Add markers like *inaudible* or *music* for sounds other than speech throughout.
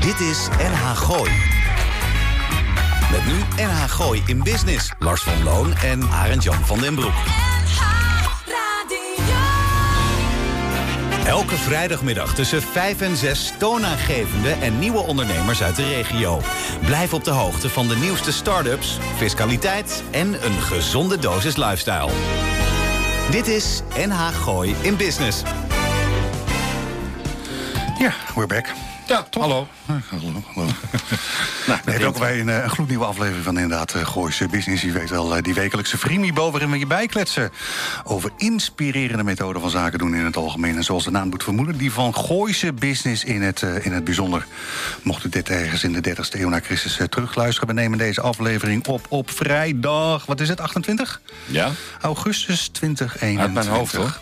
Dit is NH Gooi. Met nu NH Gooi in Business. Lars van Loon en Arend Jan van den Broek. Elke vrijdagmiddag tussen 5 en 6 toonaangevende en nieuwe ondernemers uit de regio. Blijf op de hoogte van de nieuwste start-ups, fiscaliteit en een gezonde dosis lifestyle. Dit is NH Gooi in Business. Ja, we're *laughs* back. Ja, toch? Hallo. Hallo. hallo. nou, we hebben ook weer een, eh, een gloednieuwe aflevering van inderdaad eh, Gooise Business. Je weet wel, eh, die wekelijkse Frimibo waarin we je bijkletsen over inspirerende methoden van zaken doen in het algemeen. En zoals de naam doet vermoeden, die van Gooise Business in het, eh, in het bijzonder. Mocht u dit ergens in de 30ste eeuw na Christus eh, terugluisteren, we nemen deze aflevering op op vrijdag, wat is het, 28? Ja? Augustus 2021. Uit mijn hoofd, hoor.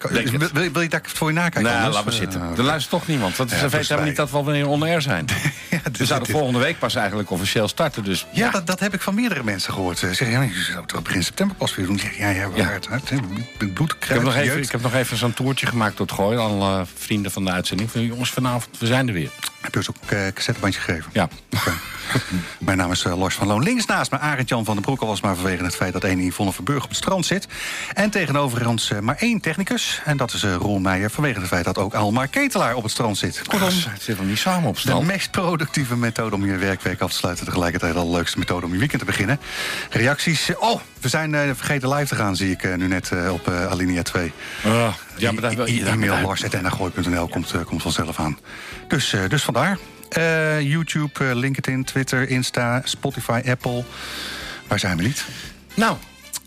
Kan- Denk het. Wil, wil- wil je daar voor je nakijken? nou, anders? laat maar Eh, zitten. oké. Er luistert toch niemand. Want Ja, ze dat weten is helemaal waar. niet dat we al wanneer on-air *laughs* zijn. dit we is zouden dit. volgende week pas eigenlijk officieel starten. Dus Ja, Dat, dat heb ik van meerdere mensen gehoord. Ze zeggen, ja, je zou het toch begin september pas weer doen? Ik zeg, Ja, ja, Ja. ja. Hard, hard, hè. bloed, bloed Ik heb, kruipt, nog even, jeuk. ik heb nog even zo'n toertje gemaakt door het gooien. Al eh, vrienden van de uitzending. Van, jongens, vanavond, we zijn er weer. Heb je ons ook een cassettebandje gegeven? Ja. Oké. Mijn naam is eh, Lars van Loon. Links naast me Arend-Jan van den Broek... al was het maar vanwege het feit dat één Yvonne Verburg op het strand zit. En tegenover ons eh, maar één technicus. En dat is eh Roel Meijer vanwege het feit dat ook Almar Ketelaar op het strand zit. Kortom, Ze zitten nog niet samen op De stand. meest productieve methode om je werkweek af te sluiten. Tegelijkertijd al de leukste methode om je weekend te beginnen. Reacties. Oh, we zijn eh, vergeten live te gaan, zie ik eh, nu net eh, op eh, Alinea 2. Ah, ja, maar daar- E- e- daar- E-mail daar- lars.nrgooi.nl komt, eh, komt vanzelf aan. Dus, eh, dus vandaar. Eh, YouTube, eh, LinkedIn, Twitter, Insta, Spotify, Apple. Waar zijn we niet? Nou,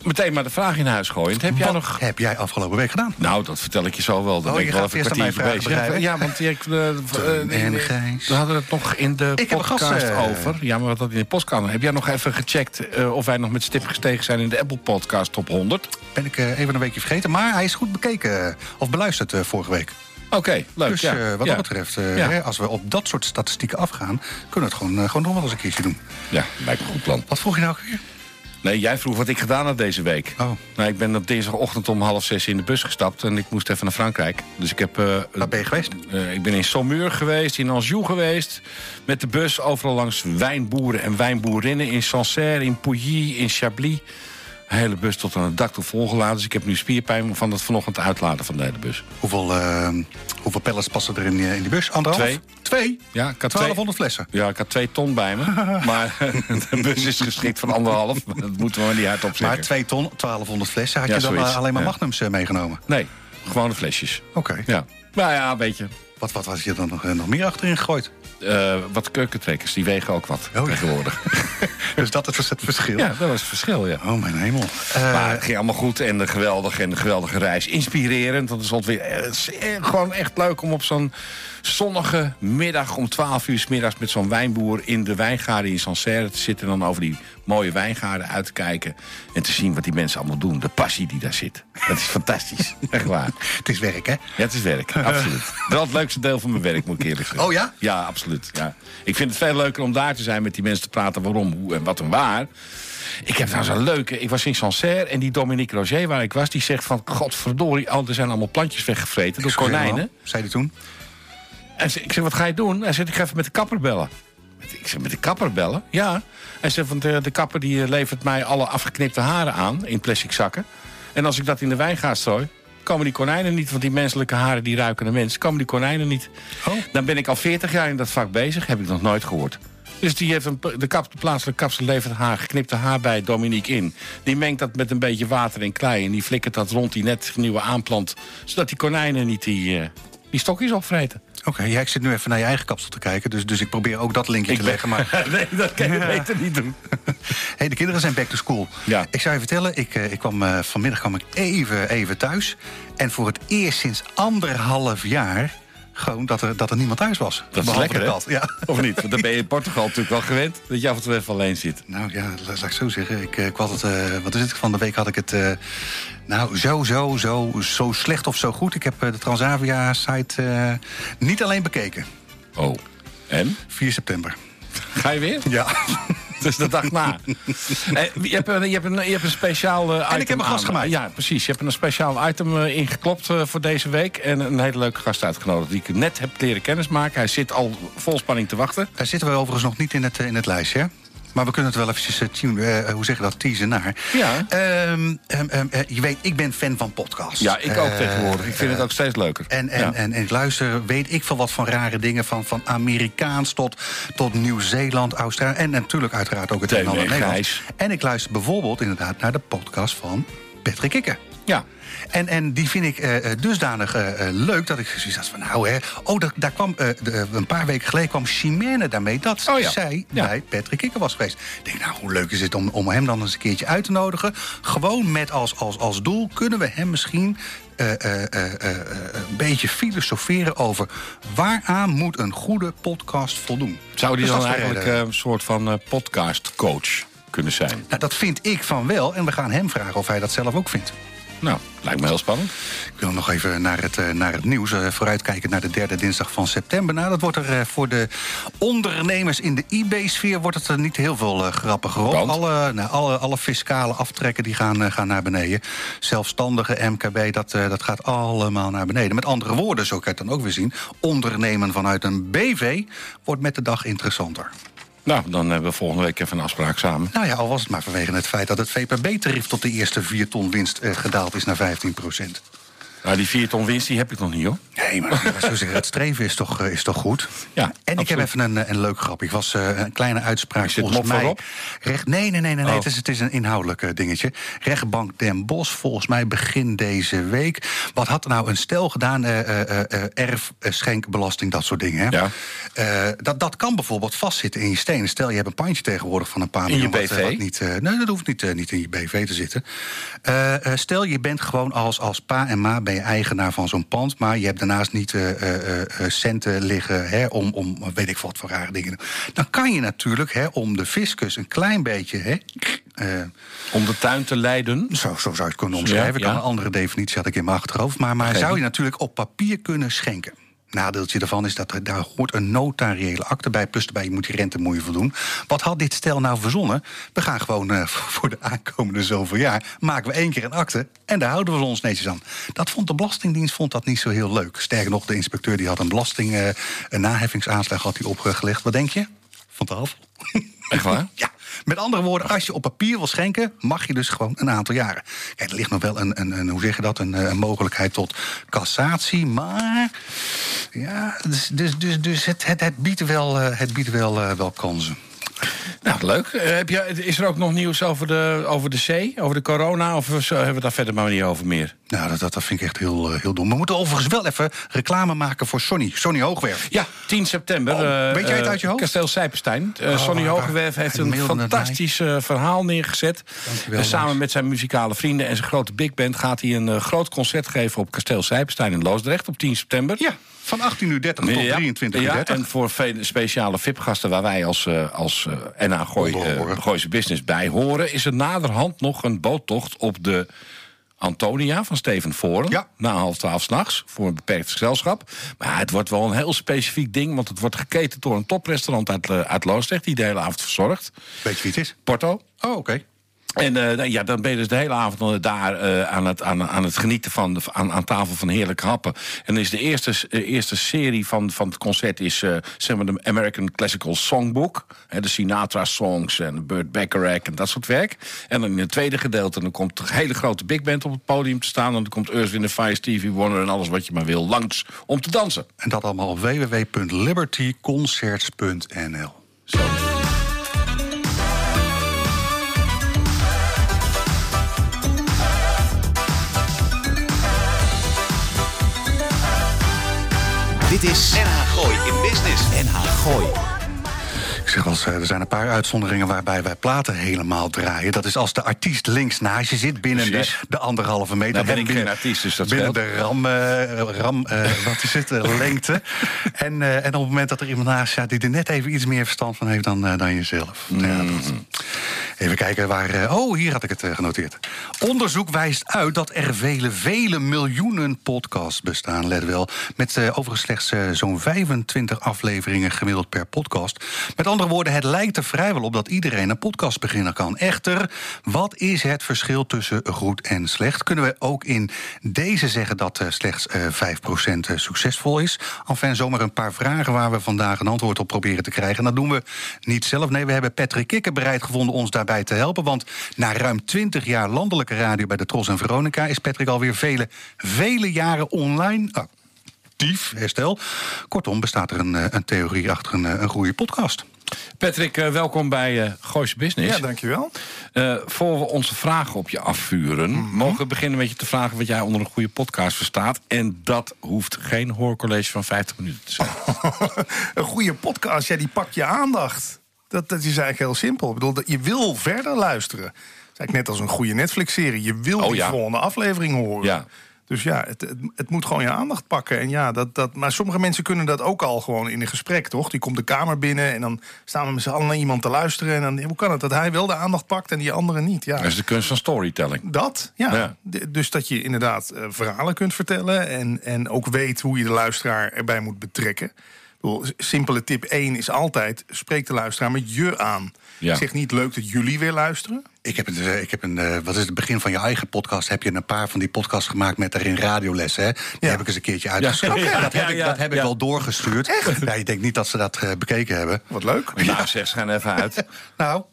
meteen maar de vraag in huis gooien. Heb jij Wat nog... heb jij afgelopen week gedaan? Nou, dat vertel ik je zo wel. Dan Oh, ben je ik wel gaat even een eerst aan mij kwartiertje bezig. vragen, begrijp ik. Ja, want ik, eh, v- Teun eh, en eh, Gijs. we hadden het nog in de Ik heb een podcast gast, eh, over. Ja, maar wat dat in de podcast... Heb jij nog even gecheckt eh, of wij nog met stip gestegen zijn... in de Apple Podcast Top 100? Ben ik eh, even een weekje vergeten. Maar hij is goed bekeken eh, of beluisterd eh, vorige week. Oké, leuk. Dus ja. eh, wat Ja. dat betreft, eh, Ja. hè, als we op dat soort statistieken afgaan, kunnen we het gewoon, eh, gewoon nog wel eens een keertje doen. Ja, lijkt me een goed plan. Wat vroeg je nou? ook weer? Nee, jij vroeg wat ik gedaan had deze week. Oh. Nou, ik ben op dinsdagochtend om half zes in de bus gestapt... en ik moest even naar Frankrijk. Dus ik heb... eh, Waar ben je geweest? eh, ik ben in Saumur geweest, in Anjou geweest... met de bus overal langs wijnboeren en wijnboerinnen... in Sancerre, in Pouilly, in Chablis. De hele bus tot aan het dak toe volgeladen. Dus ik heb nu spierpijn van dat vanochtend uitladen van de hele bus. Hoeveel, eh, hoeveel pallets passen er in, die- in die bus? Anderhalf? Twee. Twee? Ja, ik had twee- 1200 flessen. Ja, ik had twee ton *laughs* bij me. maar *laughs* de bus is geschikt van anderhalf. *laughs* Dat moeten we maar niet hardop zeggen. Maar twee ton, 1200 flessen. Had Ja, je dan zoiets. eh, alleen maar Ja. magnums eh, meegenomen? Nee, gewoon de flesjes. Oké. Ja. Nou ja, weet je. Wat, wat was je dan nog, eh, nog meer achterin gegooid? eh, wat keukentrekkers, die wegen ook wat Oh, ja. *laughs* tegenwoordig. dus dat is het verschil. Ja, dat was het verschil, ja. Oh, mijn hemel. Eh, maar het ging allemaal goed en eh, geweldig en een geweldige reis. Inspirerend, want het is altijd weer eh, het is, eh, gewoon echt leuk om op zo'n zonnige middag om 12 uur 's middags met zo'n wijnboer in de wijngaarden in Sancerre te zitten en dan over die mooie wijngaarden uit te kijken en te zien wat die mensen allemaal doen. De passie die daar zit. Dat is fantastisch. *laughs* Echt waar. het is werk, hè? Ja, het is werk, absoluut. Wel het leukste deel van mijn werk, moet ik eerlijk zeggen. Oh ja? Ja, absoluut. Ja. Ik vind het veel leuker om daar te zijn met die mensen te praten waarom, hoe en wat en waar. Ik heb nou zo'n leuke... Ik was in Sancerre en die Dominique Roger waar ik was... die zegt van, godverdorie, al- er zijn allemaal plantjes weggevreten door konijnen. Zei hij toen? En ze- ik zeg, wat ga je doen? Hij zegt, ik ga even met de kapper bellen. Ik zeg, met de kapper bellen? Ja. Hij zegt, want de, de kapper die eh, levert mij alle afgeknipte haren aan in plastic zakken. En als ik dat in de wijn ga strooi, komen die konijnen niet. Want die menselijke haren die ruiken naar mens, komen die konijnen niet. Oh. Dan ben ik al 40 jaar in dat vak bezig, heb ik nog nooit gehoord. Dus die heeft een, pla- de, kap, de plaatselijke kapsel levert haar geknipte haar bij Dominique in. Die mengt dat met een beetje water en klei. En die flikkert dat rond die net nieuwe aanplant. Zodat die konijnen niet die, eh, die stokjes opvreten. Oké, ja, ik zit nu even naar je eigen kapsel te kijken. Dus, dus ik probeer ook dat linkje te ben- leggen. *laughs* Maar nee, dat kan je beter niet doen. hey, de kinderen zijn back to school. Ja. Ik zou je vertellen, ik, eh, ik kwam, eh, vanmiddag kwam ik even, even thuis. En voor het eerst sinds anderhalf jaar... gewoon dat er, dat er niemand thuis was. Dat is Behalve lekker, de hè? kat, Ja. *laughs* Of niet? Want dan ben je in Portugal natuurlijk wel gewend... dat je af en toe even alleen zit. Nou ja, la- laat ik zo zeggen. Ik, eh, ik had het, eh, wat is het, van de week had ik het... eh, nou, zo, zo, zo, zo slecht of zo goed. Ik heb eh, de Transavia-site eh, niet alleen bekeken. Oh. En? 4 september. *laughs* Ga je weer? Ja. *laughs* Dus de dag na. Eh, je, hebt, een- je, hebt een, je hebt een speciaal eh, item ik heb een gast aan- gemaakt. Ja, precies. Je hebt een speciaal item eh, ingeklopt eh, voor deze week. En een hele leuke gast uitgenodigd die ik net heb leren kennismaken. Hij zit al vol spanning te wachten. Daar zitten we overigens nog niet in het, eh, in het lijstje. hè? Maar we kunnen het wel eventjes eh, tune, eh, hoe zeg je dat, teasen naar. Ja. Ehm, ehm, ehm, eh, je weet, ik ben fan van podcasts. Ja, ik ook Eh, tegenwoordig. Ik vind het ook steeds leuker. En, en, Ja. en, en ik luister, weet ik veel wat van rare dingen. Van, van Amerikaans tot, tot Nieuw-Zeeland, Australië. En natuurlijk uiteraard ook het een en ander TV Nederlands. Gijs. En ik luister bijvoorbeeld inderdaad naar de podcast van Patrick Kikker. ja. En, en die vind ik eh, eh, dusdanig eh, eh, leuk dat ik zoiets had van... nou hè, oh, dat, daar kwam, eh, de- eh, een paar weken geleden kwam Chimène daarmee... dat Oh ja. zij Ja. bij Patrick Kikker was geweest. Ik denk, nou, hoe leuk is het om, om hem dan eens een keertje uit te nodigen. Gewoon met als, als, als doel kunnen we hem misschien... eh, eh, eh, eh, eh, een beetje filosoferen over waaraan moet een goede podcast voldoen. Zou die Dus dan dat is de eigenlijk reden. eh, een soort van eh, podcastcoach kunnen zijn? Nou, dat vind ik van wel en we gaan hem vragen of hij dat zelf ook vindt. Nou, lijkt me heel spannend. Ik wil nog even naar het, eh, naar het nieuws. eh, vooruitkijken naar de derde dinsdag van september. Nou, dat wordt er eh, voor de ondernemers in de IB-sfeer... wordt het er niet heel veel eh, grappiger op. Want? Alle, nou, alle, alle fiscale aftrekken die gaan, eh, gaan naar beneden. Zelfstandige MKB, dat, eh, dat gaat allemaal naar beneden. Met andere woorden, zo kan je het dan ook weer zien... ondernemen vanuit een BV wordt met de dag interessanter. Nou, dan hebben we volgende week even een afspraak *laughs* samen. Nou ja, al was het maar vanwege het feit dat het VPB-tarief... tot de eerste 4 ton winst eh, gedaald is naar 15 procent. Nou, die 4 ton winst die heb ik nog niet, hoor. Nee, maar ik zou zeggen, het streven is toch, eh, is toch goed? Ja, En ik heb absoluut. even een, eh, een leuk grap. Ik was eh, een kleine uitspraak Is dit volgens mop mij. voorop? Recht, nee, nee, nee, nee, nee, Oh. het, is, het is een inhoudelijk eh, dingetje. Rechtbank Den Bosch, volgens mij begin deze week. Wat had er nou een stel gedaan? eh eh, eh, eh, erf, eh, schenkbelasting, dat soort dingen. Hè? Ja. Eh, dat, dat kan bijvoorbeeld vastzitten in je stenen. Stel, je hebt een pandje tegenwoordig van een paar In je miljoen, wat, eh, BV? wat niet, eh, nee, dat hoeft niet, eh, niet in je BV te zitten. Eh, eh, stel, je bent gewoon als, als pa en ma ben je eigenaar van zo'n pand... maar je hebt daarnaast niet eh, eh, eh, eh, centen liggen hè, om, om eh, weet ik wat voor rare dingen. Dan kan je natuurlijk hè, om de fiscus een klein beetje... Hè, eh, Om de tuin te leiden. zo, zo zou je het kunnen omschrijven. Ja, Ik had ja. Een andere definitie had ik in mijn achterhoofd. Maar, maar zou je natuurlijk op papier kunnen schenken? Nadeeltje daarvan is dat er, daar hoort een notariële akte bij. Plus erbij, je moet die rente moet je voldoen. Wat had dit stel nou verzonnen? We gaan gewoon eh, *laughs* voor de aankomende zoveel jaar... maken we één keer een akte en daar houden we ons netjes aan. Dat vond de Belastingdienst vond dat niet zo heel leuk. Sterker nog, de inspecteur die had een belasting... eh, een naheffingsaanslag had hij opgelegd. Wat denk je? Van tafel. Echt waar? Ja, met andere woorden, als je op papier wil schenken, mag je dus gewoon een aantal jaren. Kijk, er ligt nog wel een, een, een hoe zeg je dat, een, eh, een mogelijkheid tot cassatie, maar ja, dus, dus, dus, dus het, het, het biedt wel, eh, het biedt wel, eh, wel kansen. *laughs* Nou, leuk. Eh, heb je, is er ook nog nieuws over de, over de zee? Over de corona? Of zo, hebben we het daar verder maar niet over meer? Nou, dat, dat, dat vind ik echt heel, eh, heel dom. We moeten overigens wel even reclame maken voor Sonny, Sonny Hoogwerf. Ja, 10 september. Oh, eh, weet jij het uit je hoofd? Kasteel Sijpenstein. Eh, Sonny waar- Hogewerf heeft hij een mailde het mij. fantastisch eh, verhaal neergezet. Dankjewel, Eh, samen Lars. met zijn muzikale vrienden en zijn grote big band... gaat hij een eh, groot concert geven op Kasteel Sijpenstein in Loosdrecht op 10 september. Ja, van 18.30 uur tot 23.30 Ja, uur. ja, en voor vele speciale VIP-gasten waar wij als, eh, als eh, NA Gooi, Onder horen. eh, Gooise Business bij horen... is er naderhand nog een boottocht op de Antonia van Steven Voren. Ja. Na half twaalf s'nachts voor een beperkt gezelschap. Maar het wordt wel een heel specifiek ding... want het wordt geketen door een toprestaurant uit, eh, uit Loosdrecht... die de hele avond verzorgt. Weet je wie het is? Porto. Oh, oké. En eh, nou ja, dan ben je dus de hele avond dan daar eh, aan, het, aan, aan het genieten van, de- aan, aan tafel van heerlijke happen. En is de eerste, s- eh, eerste serie van, van het concert is eh, zeg maar de American Classical Songbook. Hè, de Sinatra songs en Burt Bacharach en dat soort werk. En dan in het tweede gedeelte dan komt een hele grote big band op het podium te staan. En dan komt Earth, Wind Fire, Stevie Wonder en alles wat je maar wil langs om te dansen. En dat allemaal op www.libertyconcerts.nl. Dit is NH Gooi in Business. NH Gooi. Ik zeg wel, eens, eh, er zijn een paar uitzonderingen waarbij wij platen helemaal draaien. Dat is als de artiest links naast je zit binnen de, Precies. de anderhalve meter. Nou ben En ik binnen, geen artiest, dus dat Binnen scheelt. de ram, eh, ram eh, wat is het, *laughs* eh, lengte. En, eh, en op Mm. het moment dat er iemand naast staat die er net even iets meer verstand van heeft dan, eh, dan jezelf. Ja, dat- Even kijken waar. eh, oh, hier had ik het eh, genoteerd. Onderzoek wijst uit dat er vele, vele miljoenen podcasts bestaan, let wel. Met eh, overigens slechts eh, zo'n 25 afleveringen gemiddeld per podcast. Met andere woorden, het lijkt er vrijwel op dat iedereen een podcast beginnen kan. Echter, wat is het verschil tussen goed en slecht? Kunnen we ook in deze zeggen dat eh, slechts eh 5% succesvol is? Enfin, zomaar een paar vragen waar we vandaag een antwoord op proberen te krijgen. En dat doen we niet zelf. Nee, we hebben Patrick Kikker bereid gevonden ons daarbij te helpen. Want na ruim 20 jaar landelijke radio bij de Tros en Veronica... is Patrick alweer vele, vele jaren online... actief, herstel. Kortom, bestaat er een, eh, een theorie achter een, eh, een goede podcast. Patrick, eh, welkom bij eh Gooise Business. Ja, dankjewel. Eh, voor we onze vragen op je afvuren, mogen we beginnen met je te vragen wat jij onder een goede podcast verstaat. En dat hoeft geen hoorcollege van 50 minuten te zijn. *laughs* een goede podcast, ja, die pakt je aandacht. Dat, dat is eigenlijk heel simpel. Ik bedoel, dat- je wil verder luisteren. Dat is eigenlijk net als een goede Netflix-serie. Je wil Oh, die ja. volgende aflevering horen. Ja. Dus ja, het, het, het moet gewoon je aandacht pakken. En ja, dat, dat, maar sommige mensen kunnen dat ook al gewoon in een gesprek, toch? Die komt de kamer binnen en dan staan we met z'n allen naar iemand te luisteren. En dan, hoe kan het dat hij wel de aandacht pakt en die andere niet? Ja. Dat is de kunst van storytelling. Dat, ja. Ja. D- Dus dat je inderdaad eh, verhalen kunt vertellen... En, en ook weet hoe je de luisteraar erbij moet betrekken. Ik bedoel, s- simpele tip 1 is altijd... spreek de luisteraar met je aan. Ja. Zeg niet leuk dat jullie weer luisteren. Ik heb, een, eh, ik heb een, eh, wat is het begin van je eigen podcast? Heb je een paar van die podcasts gemaakt met daarin radiolessen? Hè? Die Ja. heb ik eens een keertje uitgeschreven. *laughs* Ja, ja, dat heb, ik, ja, dat heb ik ja. wel doorgestuurd. Ja, ik denk niet dat ze dat eh, bekeken hebben. Wat leuk. Nou, zeg, schijn even uit. Nou,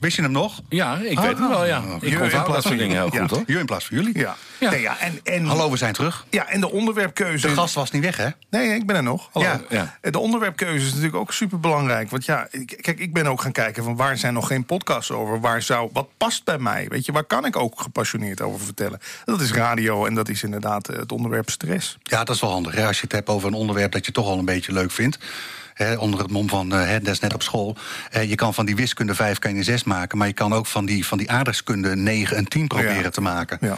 wist je hem nog? Ja, ik Ah, weet het wel, ja. je Ik onthoud dat soort dingen heel Ja. goed, hoor. Jullie in plaats van jullie. Ja. Ja. Nee, ja, en, en, Hallo, we zijn terug. ja, en de onderwerpkeuze... De gast was niet weg, hè? Nee, nee, ik ben er nog. Hallo. Eh, Ja, ja. De onderwerpkeuze is natuurlijk ook superbelangrijk. Want ja, ik- kijk, ik ben ook gaan kijken van waar zijn nog geen podcasts over? Waar zou, wat past bij mij? Weet je, waar kan ik ook gepassioneerd over vertellen? Dat is radio en dat is inderdaad eh, het onderwerp stress. Ja, dat is wel handig. Hè? Als je het hebt over een onderwerp dat je toch al een beetje leuk vindt. Hè, onder het mom van, eh, hè, dat is net op school. Eh, je kan van die wiskunde 5 kan je een 6 maken. Maar je kan ook van die, van die aardrijkskunde 9 en 10 proberen Ja. te maken. Ja.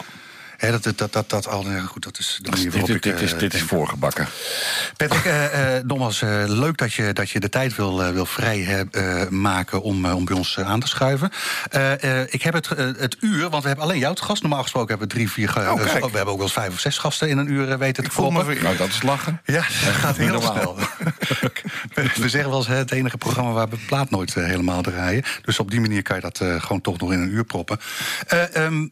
Hè, dat, dat, dat, dat, dat al, ja, goed, dat is de manier Dit, waarop dit, ik... dit is, eh, dit is voorgebakken. Patrick, eh, eh, nogmaals, eh, leuk dat je, dat je de tijd wil, eh, wil vrij heb- eh, maken om, eh, om bij ons eh, aan te schuiven. Eh, eh, ik heb het, eh, het uur, want we hebben alleen jou te gast. Normaal gesproken hebben we drie, vier... ge- Oh, eh, kijk. we hebben ook wel eens vijf of zes gasten in een uur eh, weten te voel me kloppen. weer- Nou, dat is lachen. *laughs* Ja, dat gaat heel normaal. snel. *laughs* We zeggen wel eens hè, het enige programma waar we plaat nooit eh, helemaal draaien. Dus op die manier kan je dat eh, gewoon toch nog in een uur proppen. Eh, ehm,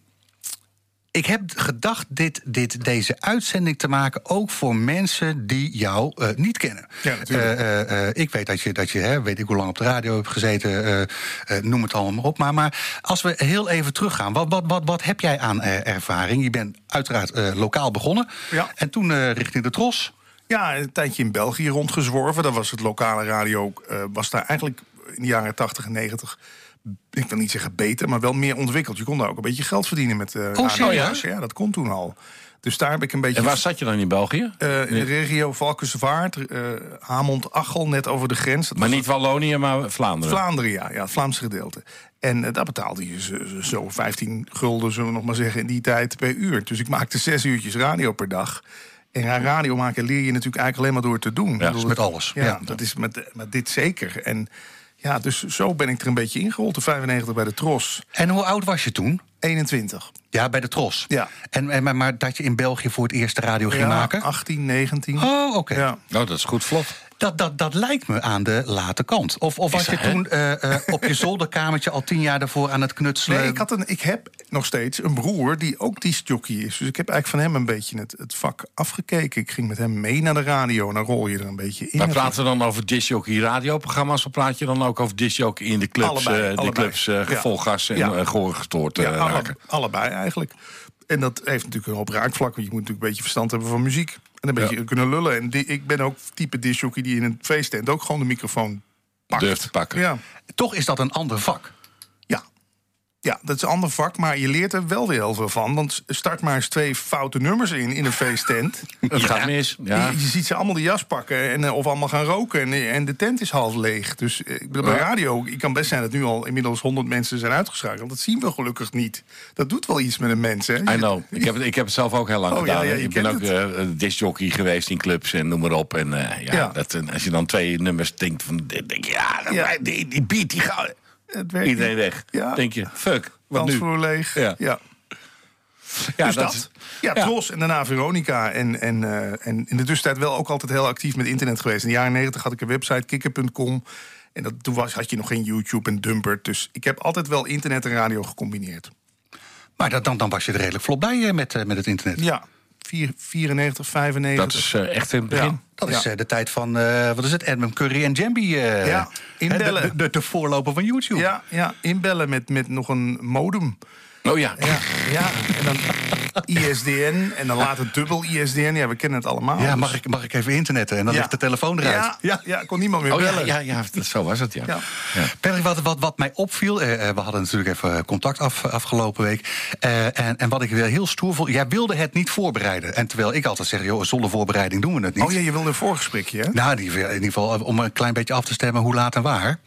ik heb gedacht dit, dit, deze uitzending te maken ook voor mensen die jou eh, niet kennen. Ja, natuurlijk. Eh, eh, eh, ik weet dat je, dat je hè, weet ik hoe lang op de radio hebt gezeten, eh, eh, noem het allemaal maar op. Maar, maar als we heel even teruggaan, wat, wat, wat, wat heb jij aan eh, ervaring? Je bent uiteraard eh, lokaal begonnen Ja. en toen eh, richting de Tros. Ja, een tijdje in België rondgezworven. Daar was het lokale radio, eh, was daar eigenlijk in de jaren 80 en 90... Ik wil niet zeggen beter, maar wel meer ontwikkeld. Je kon daar ook een beetje geld verdienen met eh radio. Oh, serieus? Ja, dat kon toen al. Dus daar heb ik een beetje... En waar zat je dan in België? Eh, in de regio Valkenswaard, eh Hamond, Achel, net over de grens. Dat Maar was niet Wallonië, maar Vlaanderen. Vlaanderen, ja, ja, het Vlaamse gedeelte. En eh, daar betaalde je zo, zo 15 gulden, zullen we nog maar zeggen, in die tijd per uur. Dus ik maakte zes uurtjes radio per dag. En aan radio maken leer je natuurlijk eigenlijk alleen maar door te doen. Ja, is met alles. Ja, Ja. dat is met, met dit zeker. En ja, dus zo ben ik er een beetje ingerold. De 95 bij de Tros, En hoe oud was je toen? 21. Ja, bij de Tros. Ja. En, en, maar, maar dat je in België voor het eerst de radio ging Ja, maken? 18, 19. Oh, oké. Ja. Nou, dat is goed vlot. Dat, dat, dat lijkt me aan de late kant. Of, of was je dat, hè? toen eh, eh, op *laughs* je zolderkamertje al tien jaar daarvoor aan het knutselen? Eh, Nee, ik, had een, ik heb nog steeds een broer die ook discjockey is. Dus ik heb eigenlijk van hem een beetje het, het vak afgekeken. Ik ging met hem mee naar de radio en dan rol je er een beetje in. Maar praten we dan over disjockey radioprogramma's... of praat je dan ook over disjockey in de clubs... Allebei, eh, de allebei. clubs eh, Ja. vol gas en Ja. eh, gehoor gestoord eh, ja, alle- raken? allebei eigenlijk. En dat heeft natuurlijk een hoop raakvlak. Want je moet natuurlijk een beetje verstand hebben van muziek. En een beetje kunnen lullen. En die, ik ben ook type discjockey die in een feesttent ook gewoon de microfoon pakt. Durf te pakken. Ja. Toch is dat een ander vak. Ja. Ja, dat is een ander vak, maar je leert er wel weer heel veel van. Want start maar eens twee foute nummers in, in een *laughs* feesttent. Dat gaat mis. Ja. Je, je ziet ze allemaal de jas pakken en, eh, of allemaal gaan roken. En, eh, en de tent is half leeg. Dus eh, ik bedoel, bij radio, ik kan best zijn dat nu al inmiddels 100 mensen zijn uitgeschakeld. Dat zien we gelukkig niet. Dat doet wel iets met een mens, hè? I know. Ik heb, het, ik heb het zelf ook heel lang Oh, ja, gedaan. ja, hè. je ik ben ook kent eh disjockey geweest in clubs en noem maar op. En eh, ja, Ja. Dat, eh, als je dan twee nummers denkt van... Denk, je, ja, Ja. maar Die, die beat, die gaat... het werkt Iedereen niet. weg. Ja. Denk je, fuck, wat nu? Dansvloer leeg. Ja. Ja. Ja, dat Dus dat. is- Ja, Tros en daarna Veronica. En, en, eh, en in de tussentijd wel ook altijd heel actief met internet geweest. In de jaren negentig had ik een website, kikker.com. En dat, toen was, had je nog geen YouTube en Dumpert. Dus ik heb altijd wel internet en radio gecombineerd. Maar dat, dan, dan was je er redelijk vlot bij eh, met, eh, met het internet. Ja, vier- 94, 95. dat is eh, echt in het begin. Ja. Dat is eh, de tijd van, eh, wat is het, Edmund Curry en Jambi. eh, Ja, hè, inbellen. De, de, de voorloper van YouTube. Ja, ja, inbellen met, met nog een modem. Oh ja. Ja, ja, en dan ISDN en dan later dubbel ISDN. Ja, we kennen het allemaal. Ja, Dus- mag ik, mag ik even internetten? En dan Ja. ligt de telefoon eruit. Ja, ja. kon niemand meer Oh ja, bellen. ja, ja, dat- zo was het, ja. Ja. Patrick, wat, wat, wat mij opviel, eh, eh, we hadden natuurlijk even contact af, eh, afgelopen week. eh, en, en wat ik weer heel stoer vond, jij wilde het niet voorbereiden. En terwijl ik altijd zeg, joh, zonder voorbereiding doen we het niet. Oh ja, je wilde een voorgesprekje, hè? Nou, in ieder geval- in ieder geval eh, om een klein beetje af te stemmen hoe laat en waar.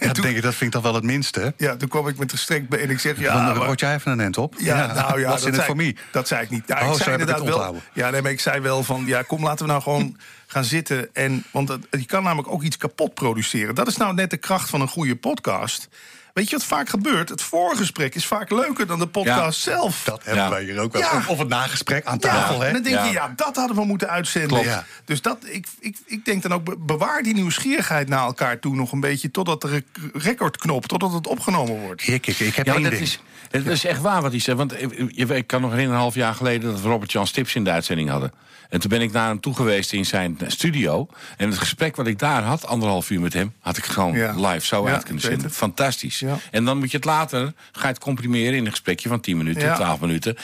dat, denk ik, dat vind ik dan wel het minste. Ja, toen kwam ik met gestrekt bij en ik zeg... Ja, Ja, dan maar- word jij even een end op. ja, nou ja, was in het zei, voor ik- mij. dat zei ik niet. Ja, Oh, ik zo zei heb ik het inderdaad wel. onthouden. Ja, nee, maar ik zei wel van, ja, kom, laten we nou gewoon *laughs* gaan zitten. En, want dat, je kan namelijk ook iets kapot produceren. Dat is nou net de kracht van een goede podcast. Weet je wat vaak gebeurt? Het voorgesprek is vaak leuker dan de podcast zelf. Dat hebben Ja. wij hier ook wel. Ja. Of, of het nagesprek aan Ja, tafel, hè? En dan denk je, Ja. ja, dat hadden we moeten uitzenden. Klopt. Ja. Dus dat, ik, ik, ik denk dan ook, be- bewaar die nieuwsgierigheid naar elkaar toe nog een beetje... totdat de rec- recordknop, totdat het opgenomen wordt. Hier, kijk, ik heb Ja, één maar dat ding. is, dat is echt waar wat hij zei. Want eh, je, weet, ik kan nog herinneren, een half jaar geleden... dat we Robert-Jan Stips in de uitzending hadden. En toen ben ik naar hem toe geweest in zijn eh, studio. En het gesprek wat ik daar had, anderhalf uur met hem... had ik gewoon Ja. live zo Ja, uit kunnen ik weet zetten. het. Fantastisch. Ja. En dan moet je het later, ga je het comprimeren... in een gesprekje van 10 minuten, Ja. 12 minuten.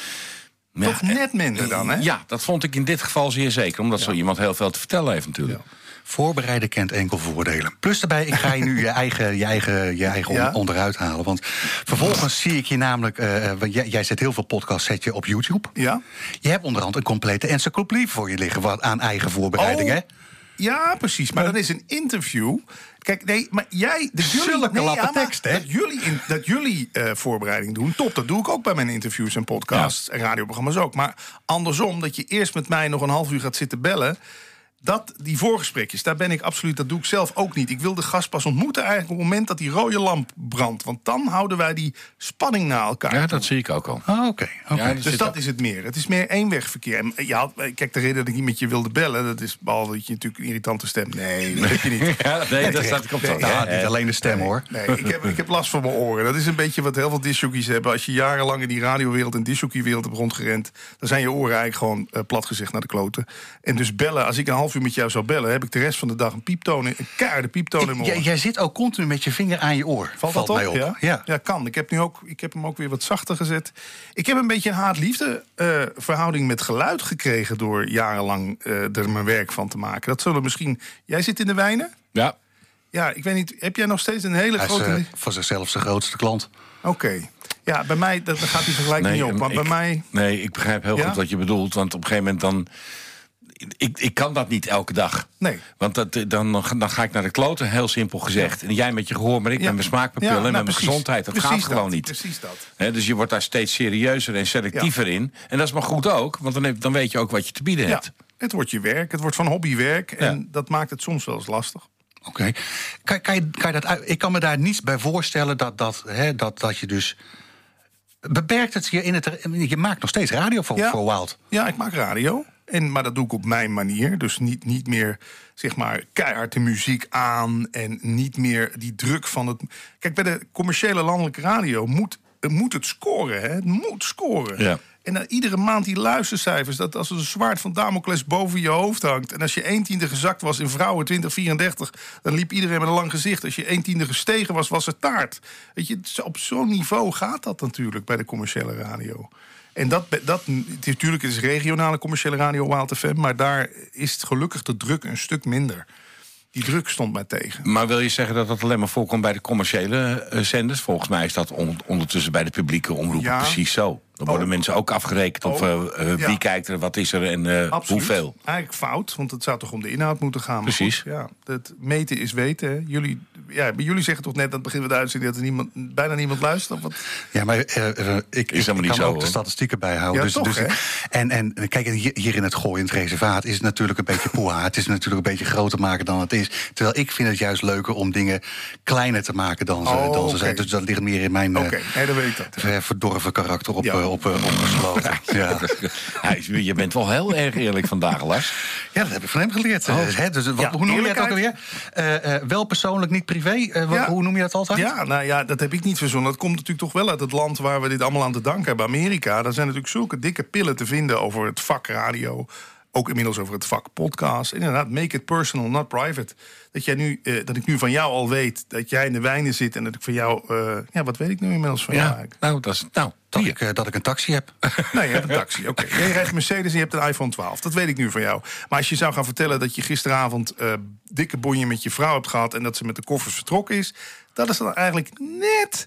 Maar Toch ja, net minder dan, hè? Ja, dat vond ik in dit geval zeer zeker. Omdat zo iemand heel veel te vertellen heeft natuurlijk. Voorbereiden kent enkel voordelen. Plus daarbij, ik ga je nu je eigen, je eigen, je eigen on- Ja? onderuit halen. Want vervolgens zie ik je namelijk... eh, eh, want jij, jij zet heel veel podcasts zet je op YouTube. Ja. Je hebt onderhand een complete encyclopedie voor je liggen... Wat, aan eigen voorbereiding, Oh, hè? Ja, precies. Eh. Maar dan is een interview. Kijk, nee, maar jij. Dat jullie, Zulke nee, lappe ja, maar tekst, hè? Dat jullie, in, dat jullie eh, voorbereiding doen. Top, dat doe ik ook bij mijn interviews en podcasts en radioprogramma's ook. Maar andersom, dat je eerst met mij nog een half uur gaat zitten bellen. Dat, die voorgesprekjes, daar ben ik absoluut, dat doe ik zelf ook niet. Ik wil de gast pas ontmoeten eigenlijk op het moment dat die rode lamp brandt. Want dan houden wij die spanning naar elkaar. Ja, dat zie ik ook al. Ah, Oké, oké. Ja, Dus zit dat ook- is het meer. Het is meer eenwegverkeer. En eh, ja, kijk, de reden dat ik niet met je wilde bellen, dat is behalve dat je natuurlijk een irritante stem. Nee, dat heb je niet. *laughs* Ja, nee, dat, dat komt wel. Nee, Nou, niet alleen de stem, hoor. Nee, ik heb, ik heb last van mijn oren. Dat is een beetje wat heel veel discjockeys hebben. Als je jarenlang in die radiowereld en discjockeywereld hebt rondgerend... dan zijn je oren eigenlijk gewoon eh, plat gezegd naar de kloten. En dus bellen, als ik een half uur met jou zou bellen... heb ik de rest van de dag een pieptoon, in- een keiharde pieptoon in mijn Jij, oren. jij zit ook continu met je vinger aan je oor. Valt, Valt dat mij op? op. Ja? Ja. kan. Ik heb, nu ook, ik heb hem ook weer wat zachter gezet. Ik heb een beetje een haat-liefde eh, verhouding met geluid gekregen... door jarenlang eh, er mijn werk van te maken. Dat zullen misschien... Jij zit in de wijnen? Ja. Ja, ik weet niet. Heb jij nog steeds een hele Hij is grote... eh, voor zichzelf zijn grootste klant. Oké. Ja, bij mij dat, daar gaat die vergelijking niet op. Maar ik, bij mij... Nee, ik begrijp heel Ja? goed wat je bedoelt. Want op een gegeven moment dan... Ik, ik kan dat niet elke dag. Nee. Want dat, eh, dan, dan ga ik naar de kloten, heel simpel gezegd. En jij met je gehoor, maar ik Ja. met mijn smaakpapillen Ja, en met nou, mijn precies. gezondheid. Dat Precies gaat gewoon dat, niet. precies dat. Hè, dus je wordt daar steeds serieuzer en selectiever in. En dat is maar goed ook, want dan, heb, dan weet je ook wat je te bieden Ja, hebt. het wordt je werk. Het wordt van hobbywerk. En Ja. dat maakt het soms wel eens lastig. Oké. Kan, kan, je- kan je dat uit- ik kan me daar niets bij voorstellen dat, dat, hè, dat, dat je dus. Beperkt het je in het. Je maakt nog steeds radio voor, Ja. voor Wild. Ja, ik maak radio. En, maar dat doe ik op mijn manier. Dus niet, niet meer, zeg maar, keihard de muziek aan. En niet meer die druk van het... Kijk, bij de commerciële landelijke radio moet, eh, moet het scoren. Hè? Het moet scoren. Ja. En dan iedere maand die luistercijfers... dat als een zwaard van Damocles boven je hoofd hangt... en als je 1 tiende gezakt was in vrouwen 2034... dan liep iedereen met een lang gezicht. Als je 1 tiende gestegen was, was het taart. Weet je, zo- op zo'n niveau gaat dat natuurlijk bij de commerciële radio. En dat, be- dat het is, natuurlijk het is regionale commerciële radio Wild FM... maar daar is het gelukkig de druk een stuk minder. Die druk stond mij tegen. Maar wil je zeggen dat dat alleen maar voorkomt bij de commerciële eh, zenders? Volgens mij is dat on- ondertussen bij de publieke omroepen Ja. precies zo. Dan worden mensen ook afgerekend op Oh. eh, eh, wie Ja. kijkt er, wat is er en eh, Absoluut. hoeveel. Eigenlijk fout, want het zou toch om de inhoud moeten gaan. maar Precies. goed, ja, het meten is weten. hè. Jullie ja, maar jullie zeggen toch net aan het begin van de uitzending... dat er niemand, bijna niemand luistert? Wat, Ja, maar eh, eh, ik, ik helemaal kan niet zo, ook hoor. de statistieken bijhouden. Ja, dus, toch, dus hè? ik- en, en kijk, hier, hier in het gooi, in het reservaat, is het natuurlijk een beetje poeha. Het is natuurlijk een beetje groter maken dan het is. Terwijl ik vind het juist leuker om dingen kleiner te maken dan ze, Oh, dan ze oké. zijn. Dus dat ligt meer in mijn eh, Oké, nee, dan weet ik dat. ver- verdorven karakter op, Ja. eh, op, eh, *laughs* opgesloten. Ja. *laughs* Hij is- je bent wel heel erg eerlijk vandaag, Lars. ja, dat heb ik van hem geleerd. Eh, hè, dus wat, Oh. Ja, hoe noem je dat ook alweer? eerlijkheid. Eh, eh, wel persoonlijk, niet privé. Eh, wat- Ja. Hoe noem je dat altijd? Ja, nou ja, dat heb ik niet verzonnen. Dat komt natuurlijk toch wel uit het land waar we dit allemaal aan te danken hebben. Amerika, daar zijn natuurlijk zulke dikke pillen te vinden over het vak radio. Ook inmiddels over het vak podcast. En Inderdaad, make it personal, not private. Dat, jij nu, eh, dat ik nu van jou al weet dat jij in de wijnen zit... en dat ik van jou... eh, ja, wat weet ik nu inmiddels van jou eigenlijk? nou, dat is... Nou, Dat, ik, eh, dat ik een taxi *laughs* heb. Nee, je hebt een *laughs* taxi. Oké. Jij rijdt Mercedes en je hebt een iPhone 12. Dat weet ik nu van jou. Maar als je zou gaan vertellen dat je gisteravond eh, dikke bonje met je vrouw hebt gehad en dat ze met de koffers vertrokken is, dat is dan eigenlijk net.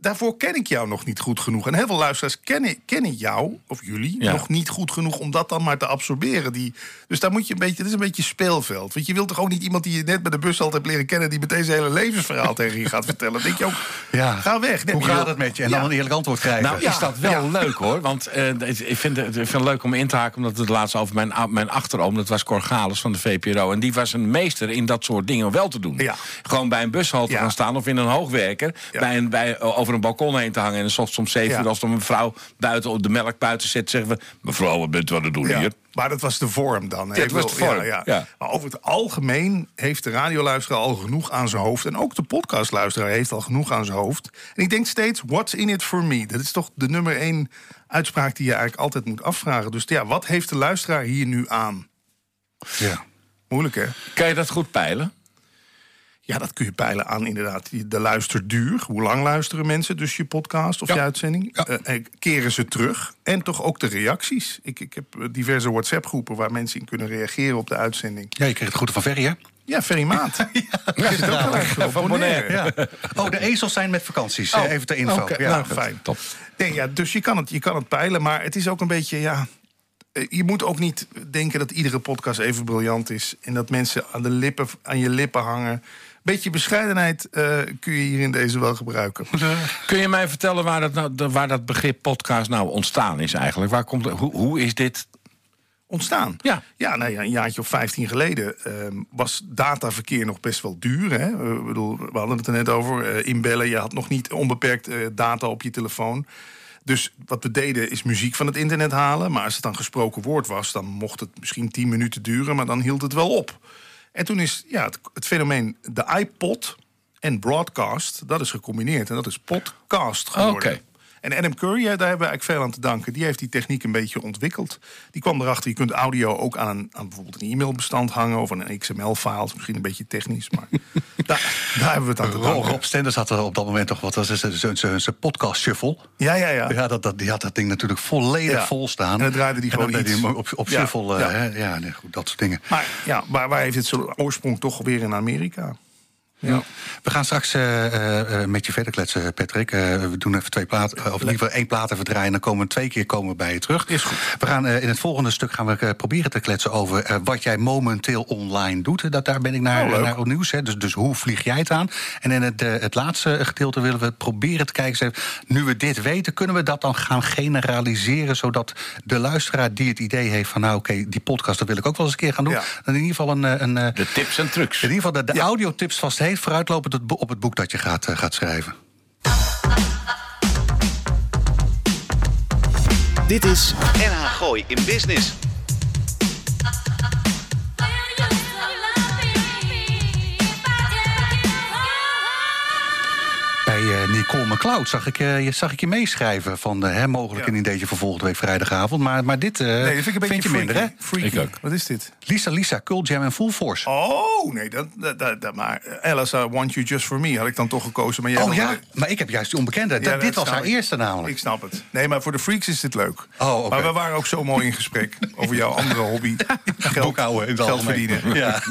Daarvoor ken ik jou nog niet goed genoeg. En heel veel luisteraars kennen, kennen jou, of jullie, Ja. nog niet goed genoeg om dat dan maar te absorberen. Die, dus daar moet je een beetje, het is een beetje speelveld. Want je wilt toch ook niet iemand die je net bij de bus altijd hebt leren kennen, die meteen zijn hele levensverhaal tegen je gaat vertellen. Dan denk je ook, Ja. ga weg. Nee, Hoe maar gaat joh, het met je? En ja. dan een eerlijk antwoord krijgen. Nou, is dat wel leuk hoor. Want eh, het- ik, vind het, ik vind het leuk om in te haken. Omdat het laatst over mijn, a- mijn achteroom. Dat was Corgalis van de VPRO. En die was een meester in dat soort dingen wel te doen. Ja. Gewoon bij een bushalte Ja. gaan staan. Of in een hoogwerker. Ja. Bij een, bij, over een balkon heen te hangen. En soms om zeven Ja. uur. Als er een vrouw buiten op de melk buiten zit. Zeggen we: Mevrouw, wat bent u aan het doen Ja, hier? maar dat was de vorm dan. hè? Ja, Ik het was bedoel, de vorm, ja. Maar over het algemeen heeft de radioluisteraar al genoeg aan zijn hoofd. En ook de podcastluisteraar heeft al genoeg aan zijn hoofd. En ik denk steeds, what's in it for me? Dat is toch de nummer één uitspraak die je eigenlijk altijd moet afvragen. Dus ja, wat heeft de luisteraar hier nu aan? Ja. Moeilijk, hè? Kan je dat goed peilen? Ja, dat kun je peilen aan inderdaad die- de luisterduur. Hoe lang luisteren mensen dus je podcast of Ja. je uitzending? Ja. Eh, eh, keren ze terug? En toch ook de reacties. Ik, ik heb eh, diverse WhatsApp-groepen waar mensen in kunnen reageren op de uitzending. Ja, je kreeg het goed van Ferry, hè? Ja, Ferry *laughs* Maat. ja, zit ook wel echt op Van Bonaire. Ja. *laughs* Oh, Oh, de ezels zijn met vakanties. eh, Even ter info. Oké, ja. nou, fijn. Top. Nee, ja, dus je kan, het, je kan het peilen, maar het is ook een beetje, ja... eh, Je moet ook niet denken dat iedere podcast even briljant is... en dat mensen aan, de lippen, aan je lippen hangen. Beetje bescheidenheid eh, kun je hier in deze wel gebruiken. Kun je mij vertellen waar dat, nou, de- waar dat begrip podcast nou ontstaan is eigenlijk? Waar komt, hoe, hoe is dit ontstaan. Ja. ja, nou ja een jaartje of 15 geleden ehm, was dataverkeer nog best wel duur. Hè? Eh, Ik bedoel, we hadden het er net over. eh, inbellen, je had nog niet onbeperkt eh, data op je telefoon. Dus wat we deden is muziek van het internet halen. Maar als het dan gesproken woord was, dan mocht het misschien 10 minuten duren, maar dan hield het wel op. En toen is ja, het, het fenomeen de iPod en broadcast, dat is gecombineerd. En dat is podcast geworden. Oké. En Adam Curry, hè, daar hebben we eigenlijk veel aan te danken. Die heeft die techniek een beetje ontwikkeld. Die kwam erachter, je kunt audio ook aan, een- aan bijvoorbeeld een e-mailbestand hangen... of aan een XML-file, is misschien een beetje *laughs* technisch, maar daar, daar hebben we het aan te Rob, danken. Rob Stenders had er op dat moment toch wat. Dat is zijn- zijn zijn podcast shuffle. Ja, ja, ja. Ja, dat, dat, die had dat ding natuurlijk volledig Ja. vol staan. En dan draaide die En dan gewoon deed iets. hij hem op, op Ja, shuffle. eh, ja. hè, ja nee, goed, dat soort dingen. Maar ja, waar, waar heeft het zijn oorsprong toch weer in Amerika? Ja. We gaan straks eh, eh, eh, met je verder kletsen, Patrick. Eh, we doen even twee platen, eh, of liever één plaat even draaien. Dan komen we twee keer komen we bij je terug. Is goed. We gaan eh, in het volgende stuk gaan we eh, proberen te kletsen over eh, wat jij momenteel online doet. Dat, daar ben ik naar, Oh, leuk. naar op nieuws. Hè. Dus, dus hoe vlieg jij het aan? En in het, eh, het laatste gedeelte willen we proberen te kijken. zeg, Nu we dit weten, kunnen we dat dan gaan generaliseren. Zodat de luisteraar die het idee heeft van nou oké, die podcast dat wil ik ook wel eens een keer gaan doen. Ja. Dan in ieder geval een, eh, een eh, de tips en trucs? in ieder geval de, de audiotips vast heeft vooruitlopend het bo- op het boek dat je gaat, eh, gaat schrijven. Dit is NH Gooi in Business. Bij eh, Nicole McLeod zag ik, eh, je- zag ik je meeschrijven van eh, hè, mogelijk Ja. een ideetje voor volgende week vrijdagavond. Maar, maar dit eh, Nee, dat vind ik een beetje je minder, hè? freaky. Freaky. Ik ook. Wat is dit? Lisa Lisa, Cool Jam en Full Force. Oh, nee, dat, dat, dat, dat- maar Alice, I want you just for me, had ik dan toch gekozen. Maar jij Oh, dan- ja, maar ik heb juist die onbekende. Ja, Dat- dat dit was snap haar ik. eerste namelijk. Ik snap het. Nee, maar voor de freaks is dit leuk. Oh, oké. Maar we waren ook zo mooi in gesprek over jouw andere hobby. Geld, *laughs* Boekhouden in het geld algemeen. verdienen. Ja.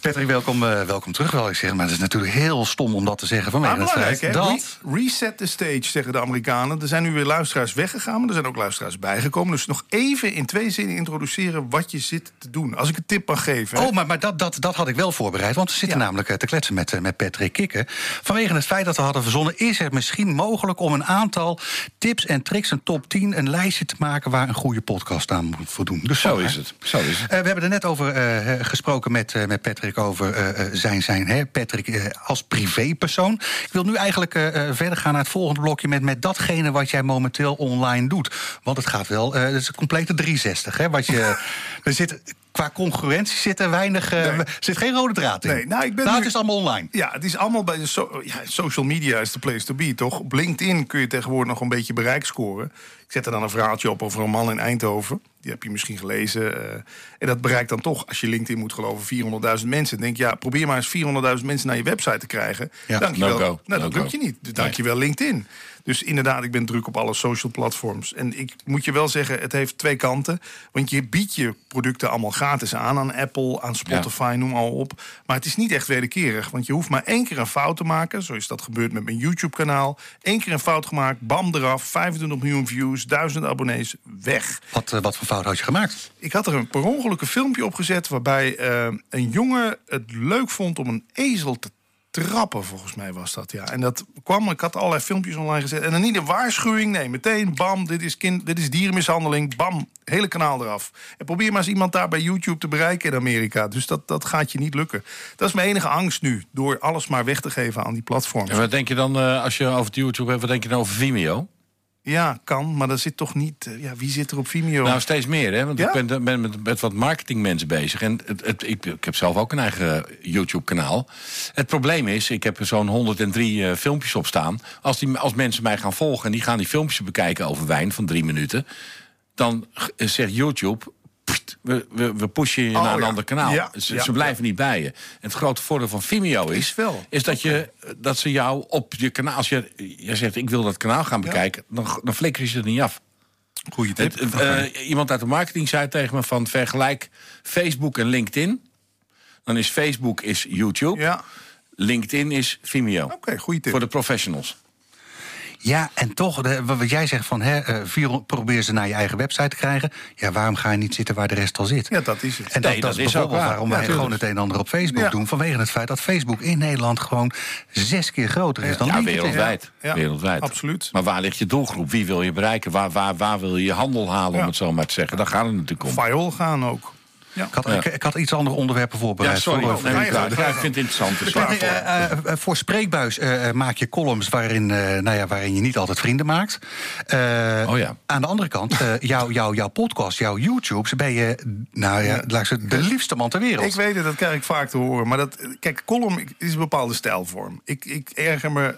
Patrick, welkom, eh, welkom terug. Wel, ik zeg, maar het is natuurlijk heel stom om dat te zeggen. Van, nee, Maar dat Ah, belangrijk, hè? dat Wat? Reset the stage, zeggen de Amerikanen. Er zijn nu weer luisteraars weggegaan, maar er zijn ook luisteraars bijgekomen. Dus nog even in twee zinnen introduceren wat je zit te doen. Als ik een tip mag geven. hè. Oh, maar, maar dat, dat, dat had ik wel voorbereid. Want we zitten Ja. namelijk eh, te kletsen met, eh, met Patrick Kikken. Vanwege het feit dat we hadden verzonnen... is het misschien mogelijk om een aantal tips en tricks... een top 10, een lijstje te maken... waar een goede podcast aan moet voldoen. Dus Zo hè. is het, zo is het. Eh, we hebben er net over eh, eh, gesproken met, eh, met Patrick... over eh, eh, zijn, zijn hè, Patrick eh, als privépersoon. Ik wil nu eigenlijk eh, eh, verder gaan naar het volgende blokje... Met, met datgene wat jij momenteel online doet. Want het gaat wel... eh, het is een complete 360, hè? Wat *laughs* je, er zit... Qua congruentie zit er weinig... eh, Nee. er zit geen rode draad in. Nee, nou, ik ben het nu- is allemaal online. Ja, het is allemaal bij de so- ja, social media is de place to be, toch? Op LinkedIn kun je tegenwoordig nog een beetje bereik scoren. Ik zet er dan een verhaaltje op over een man in Eindhoven. Die heb je misschien gelezen. eh, en dat bereikt dan toch, als je LinkedIn moet geloven, 400.000 mensen. Denk ja, probeer maar eens 400.000 mensen naar je website te krijgen. Ja, dankjewel. no go. Nou, No dat lukt go. je niet. Dus dankjewel LinkedIn. Dus inderdaad, ik ben druk op alle social platforms. En ik moet je wel zeggen, het heeft twee kanten. Want je biedt je producten allemaal gratis aan. Aan Apple, aan Spotify, noem al op. Maar het is niet echt wederkerig. Want je hoeft maar één keer een fout te maken. Zo is dat gebeurd met mijn YouTube-kanaal. Eén keer een fout gemaakt, bam eraf. 25 miljoen views, 1000 abonnees, weg. Wat, eh, wat voor fout had je gemaakt? Ik had er een per ongeluk een filmpje op gezet... waarbij eh, een jongen het leuk vond om een ezel te trappen, volgens mij was dat, ja. En dat kwam, ik had allerlei filmpjes online gezet... en dan niet een waarschuwing, nee, meteen, bam, dit is, kind, dit is dierenmishandeling... bam, hele kanaal eraf. En probeer maar eens iemand daar bij YouTube te bereiken in Amerika. Dus dat, dat gaat je niet lukken. Dat is mijn enige angst nu, door alles maar weg te geven aan die platforms. En wat denk je dan, eh, als je over het YouTube hebt, wat denk je dan over Vimeo? Ja, kan, maar dat zit toch niet... eh, Ja, wie zit er op Vimeo? Nou, steeds meer, hè? Want Ja? ik ben, ben met, met wat marketingmensen bezig. En het, het- ik, ik heb zelf ook een eigen eh, YouTube-kanaal. Het probleem is, ik heb er zo'n 103 eh, filmpjes op staan. Als, die, als mensen mij gaan volgen en die gaan die filmpjes bekijken over wijn van drie minuten... dan g- eh, zegt YouTube... "Pst, We, we, we pushen je naar een Oh, ja. ander kanaal. Ja, Ze, ja. ze blijven niet bij je. En het grote voordeel van Vimeo is, Is wel. is dat, je, dat ze jou op je kanaal... Als je, je zegt, ik wil dat kanaal gaan bekijken, dan, g- dan flikkeren ze er niet af. Goeie tip. Het- het, eh, iemand uit de marketing zei tegen me van vergelijk Facebook en LinkedIn. Dan is Facebook is YouTube. Ja, LinkedIn is Vimeo. oké, goede tip. Voor de professionals. Ja, en toch, de- wat wat jij zegt van... Hè, eh, vier- probeer ze naar je eigen website te krijgen. Ja, waarom ga je niet zitten waar de rest al zit? Ja, dat is het. En dat, Nee, dat is dat is ook bijvoorbeeld waar. waarom Ja, wij tuurlijk. gewoon het een en ander op Facebook Ja. doen. Vanwege het feit dat Facebook in Nederland gewoon zes keer groter is dan Ja, LinkedIn. wereldwijd. Ja, ja, wereldwijd. absoluut. Maar waar ligt je doelgroep? Wie wil je bereiken? Waar, waar, waar wil je je handel halen, Ja. om het zo maar te zeggen? Daar gaat het natuurlijk om. Viral gaan ook. Ik had, Ja. ik, ik had iets andere onderwerpen Ja, voorbereid. sorry. Voor- Oh, voor- neem ik ja, kwalijk. ja. Ja, ik vind het interessant. dus Ja. waar- *laughs* Eh, eh, eh, voor Spreekbuis eh, eh, maak je columns waarin, eh, nou ja, waarin je niet altijd vrienden maakt. Eh, Oh ja. Aan de andere kant, eh, *laughs* jouw- jouw- jouw podcast, jouw YouTube's, ben je nou ja, laat ik zeggen, de liefste man ter wereld. Ik weet het, dat krijg ik vaak te horen. Maar dat, kijk, column is een bepaalde stijlvorm. Ik, ik erger me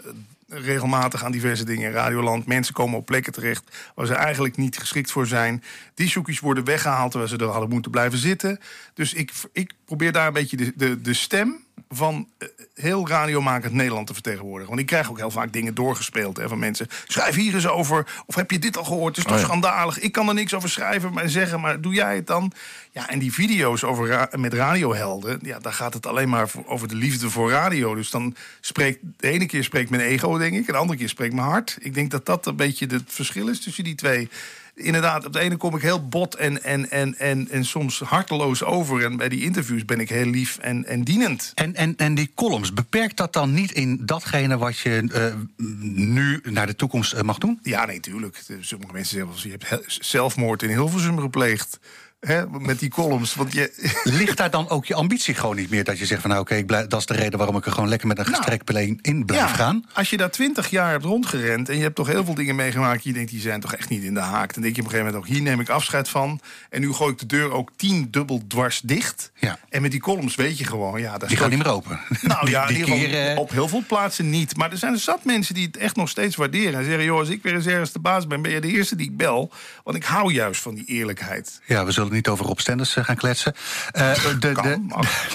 regelmatig aan diverse dingen in Radioland. Mensen komen op plekken terecht waar ze eigenlijk niet geschikt voor zijn. Die zoekjes worden weggehaald terwijl ze er hadden moeten blijven zitten. Dus ik, ik probeer daar een beetje de, de, de stem van eh, heel radiomakend Nederland te vertegenwoordigen. Want ik krijg ook heel vaak dingen doorgespeeld hè, van mensen. Schrijf hier eens over. Of heb je dit al gehoord? Dus Het is toch Oh ja. schandalig. Ik kan er niks over schrijven maar zeggen, maar doe jij het dan? Ja, en die video's over ra- met radiohelden, ja, daar gaat het alleen maar voor- over de liefde voor radio. Dus dan spreekt de ene keer spreekt mijn ego, denk ik, en de andere keer spreekt mijn hart. Ik denk dat dat een beetje het verschil is tussen die twee. Inderdaad, op de ene kom ik heel bot en, en, en, en, en soms harteloos over. En bij die interviews ben ik heel lief en, en dienend. En, en, en die columns, beperkt dat dan niet in datgene wat je eh, nu naar de toekomst eh, mag doen? Ja, nee, tuurlijk. De- Sommige mensen zeggen wel eens, je hebt he- zelfmoord in Hilversum gepleegd. Hè, met die columns. Want je, Ligt daar dan ook je ambitie gewoon niet meer? Dat je zegt van nou oké, ik blij- dat is de reden waarom ik er gewoon lekker met Nou, een gestrekt been in blijf gaan. Als je daar twintig jaar hebt rondgerend en je hebt toch heel veel dingen meegemaakt, je denkt die zijn toch echt niet in de haak. Dan denk je op een gegeven moment ook hier neem ik afscheid van en nu gooi ik de deur ook tien dubbel dwars dicht. Ja. En met die columns weet je gewoon, ja, daar Die stoot gaan je- niet meer open. *laughs* nou die, ja, die in ieder geval keer, eh, op heel veel plaatsen niet. Maar er zijn zat mensen die het echt nog steeds waarderen. En zeggen, joh, als ik weer eens ergens de baas ben, ben je de eerste die ik bel. Want ik hou juist van die eerlijkheid. Ja, we zullen niet over Rob Stenders eh, gaan kletsen. Eh, de, de, Kan, mag.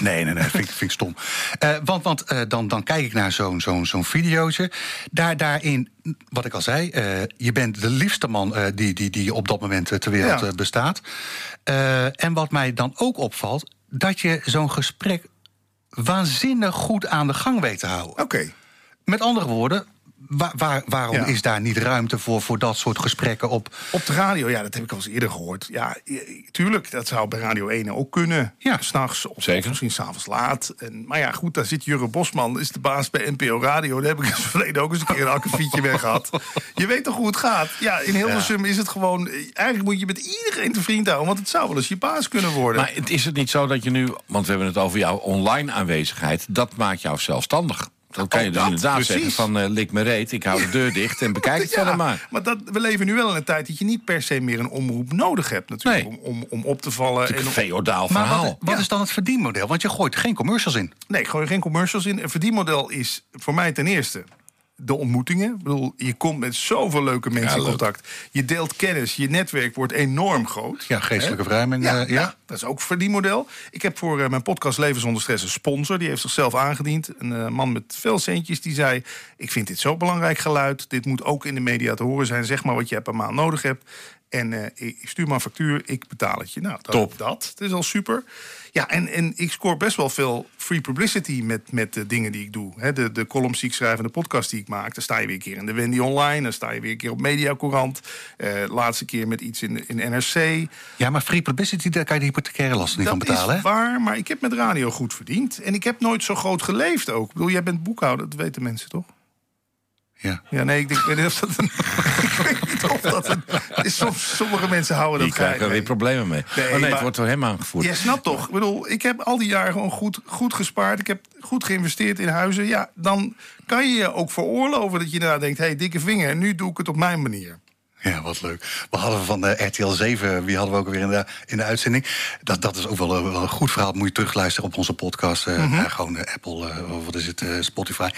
*laughs* nee, nee, nee, vind, ik- vind ik stom. Eh, want want eh, dan, dan kijk ik naar zo'n zo'n zo'n videootje. Daar, daarin, wat ik al zei, eh, je bent de liefste man eh, die, die, die op dat moment eh, ter wereld Ja. eh, bestaat. Eh, en wat mij dan ook opvalt, dat je zo'n gesprek waanzinnig goed aan de gang weet te houden. Oké. Met andere woorden, wa- waar- waarom Ja. is daar niet ruimte voor, voor dat soort gesprekken op... Op de radio, ja, dat heb ik al eens eerder gehoord. Ja, i- tuurlijk, dat zou bij Radio 1 ook kunnen. Ja, s'nachts of, Zeker. of misschien s'avonds laat. En, maar ja, goed, daar zit Jurre Bosman, is de baas bij NPO Radio. Daar heb ik in het verleden ook eens een keer een akkefietje weg gehad. Je weet toch hoe het gaat? Ja, in Hilversum is het gewoon... eh, Eigenlijk moet je met iedereen te vriend houden, want het zou wel eens je baas kunnen worden. Maar het- is het niet zo dat je nu, want we hebben het over jouw online aanwezigheid, dat maakt jou zelfstandig? Dan kan je Oh, dus dat, inderdaad precies. zeggen van eh, lik me reet, ik hou de deur dicht en bekijk *laughs* het verder maar. Maar dat, we leven nu wel in een tijd dat je niet per se meer een omroep nodig hebt natuurlijk. Nee. Om, om, om op te vallen. Een en om- feodaal Maar verhaal. wat, wat is dan het verdienmodel? Want je gooit geen commercials in. Nee, ik gooi geen commercials in. Een verdienmodel is voor mij ten eerste de ontmoetingen. Ik bedoel, je komt met zoveel leuke mensen Ja, in leuk. contact. Je deelt kennis, je netwerk wordt enorm groot. Ja, geestelijke vrijheid. Ja, eh, Ja, ja. dat is ook een verdienmodel. Ik heb voor eh, mijn podcast Leven zonder Stress een sponsor. Die heeft zichzelf aangediend. Een eh, man met veel centjes die zei... ik vind dit zo belangrijk geluid. Dit moet ook in de media te horen zijn. Zeg maar wat je per maand nodig hebt. En eh, ik stuur maar een factuur, ik betaal het je. Nou, dat, Top. dat. Het is al super. Ja, en, en ik scoor best wel veel free publicity met, met de dingen die ik doe. Hè, de, de columns die ik schrijf en de podcast die ik maak. Dan sta je weer een keer in de Wendy Online. Dan sta je weer een keer op Mediacourant. Eh laatste keer met iets in, in NRC. ja, maar free publicity, daar kan je de hypothecaire lasten niet van Dat betalen. is hè? waar, maar ik heb met radio goed verdiend. En ik heb nooit zo groot geleefd ook. Ik bedoel, jij bent boekhouder, dat weten mensen toch? Ja. Ja, nee, ik, denk, ik weet niet of dat... Een, *laughs* ik weet niet of dat een, soms, sommige mensen houden Die dat krijgen er geheim. weer problemen mee. Nee, oh nee, maar- het wordt door hem aangevoerd. Je snapt toch? Ik bedoel, ik heb al die jaren gewoon goed, goed gespaard. Ik heb goed geïnvesteerd in huizen. Ja, dan kan je je ook veroorloven dat je daarna denkt... hé, hey, dikke vinger, nu doe ik het op mijn manier. Ja, wat leuk. We hadden van eh, de RTL 7, wie hadden we ook weer in de, in de uitzending. Dat, dat is ook wel, een- wel een goed verhaal. Moet je terugluisteren op onze podcast. eh, eh, gewoon eh, Apple, eh, of wat is het, eh, Spotify.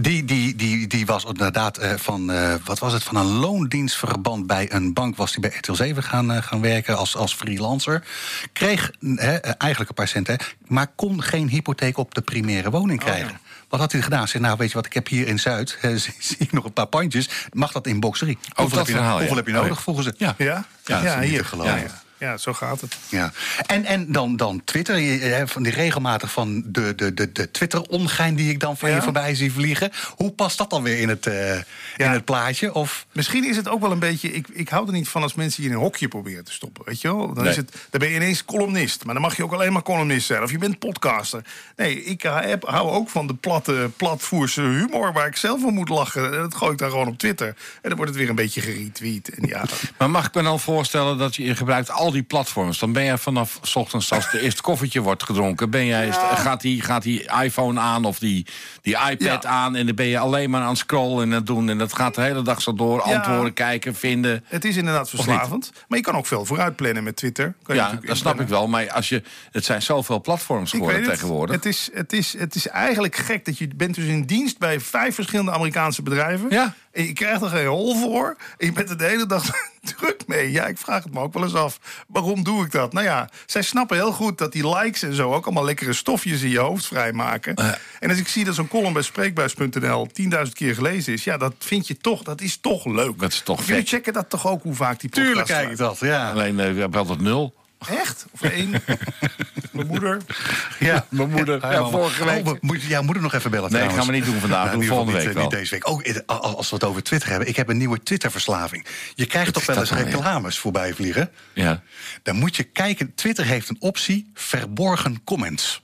Die, die, die, die was inderdaad eh, van, eh, wat was het, van een loondienstverband bij een bank. Was die bij RTL 7 gaan, eh, gaan werken als, als freelancer. Kreeg hè, eh, eigenlijk een paar cent, hè, maar kon geen hypotheek op de primaire woning krijgen. Wat had hij gedaan? Zeg, nou weet je wat, ik heb hier in Zuid, *laughs* eh, zie zie ik nog een paar pandjes. Mag dat in boxerie? hoeveel, dat heb je, verhaal, ja. hoeveel heb je nodig volgens het? Ja. Ja? Ja, dat is niet te geloven. Ja, ja. Ja, zo gaat het. Ja. En, en dan, dan Twitter, je- hè, van die regelmatig van de, de, de, de Twitter-ongein die ik dan van Ja. je voorbij zie vliegen. Hoe past dat dan weer in het, eh, in het plaatje? Of, Misschien is het ook wel een beetje. Ik, ik hou er niet van als mensen je in een hokje proberen te stoppen. Weet je wel? Dan, Nee. is het, dan ben je ineens columnist. Maar dan mag je ook alleen maar columnist zijn. Of je bent podcaster. Nee, ik heb, hou ook van de platte, platvoerse humor. waar ik zelf om moet lachen. En dat gooi ik dan gewoon op Twitter. En dan wordt het weer een beetje geretweet. En ja, Maar mag ik me dan voorstellen dat je, je gebruikt al die platforms? Dan ben jij vanaf 's ochtends, als de eerste koffietje wordt gedronken, ben jij, gaat, die, gaat die iPhone aan of die, die iPad Ja. aan. En dan ben je alleen maar aan het scrollen en het doen. En dat gaat de hele dag zo door. Ja. Antwoorden kijken, vinden. het is inderdaad verslavend. Maar je kan ook veel vooruit plannen met Twitter. Kan je Ja, natuurlijk dat snap ik inplannen. wel. Maar als je, het zijn zoveel platforms Ik weet geworden het. tegenwoordig. Het is, het, is, het is eigenlijk gek dat je bent dus in dienst bij vijf verschillende Amerikaanse bedrijven. Ja. En je krijgt er geen hol voor. En je bent er de hele dag *laughs* druk mee. Ja, ik vraag het me ook wel eens af. Waarom doe ik dat? Nou ja, zij snappen heel goed dat die likes en zo ook allemaal lekkere stofjes in je hoofd vrijmaken. En als ik zie dat zo'n column bij spreekbuis.nl 10.000 keer gelezen is, ja, dat vind je toch, dat is toch leuk. Dat is toch Jullie vet. checken dat toch ook hoe vaak die podcast kijk ik dat, ja. Alleen, eh, we hebben altijd nul. Echt? *laughs* Of één? Mijn moeder? *laughs* ja. Mijn moeder, ja, mama. vorige week. Oh, we- moet, ja, moet ik nog even bellen Nee, trouwens. gaan we niet doen vandaag. Nou, in ieder Doen geval volgende niet, week eh, niet deze week. Ook eh, als we het over Twitter hebben. Ik heb een nieuwe Twitter-verslaving. Je krijgt toch is wel eens dat nou weer? reclames voorbij vliegen? Ja. Dan moet je kijken. Twitter heeft een optie verborgen comments.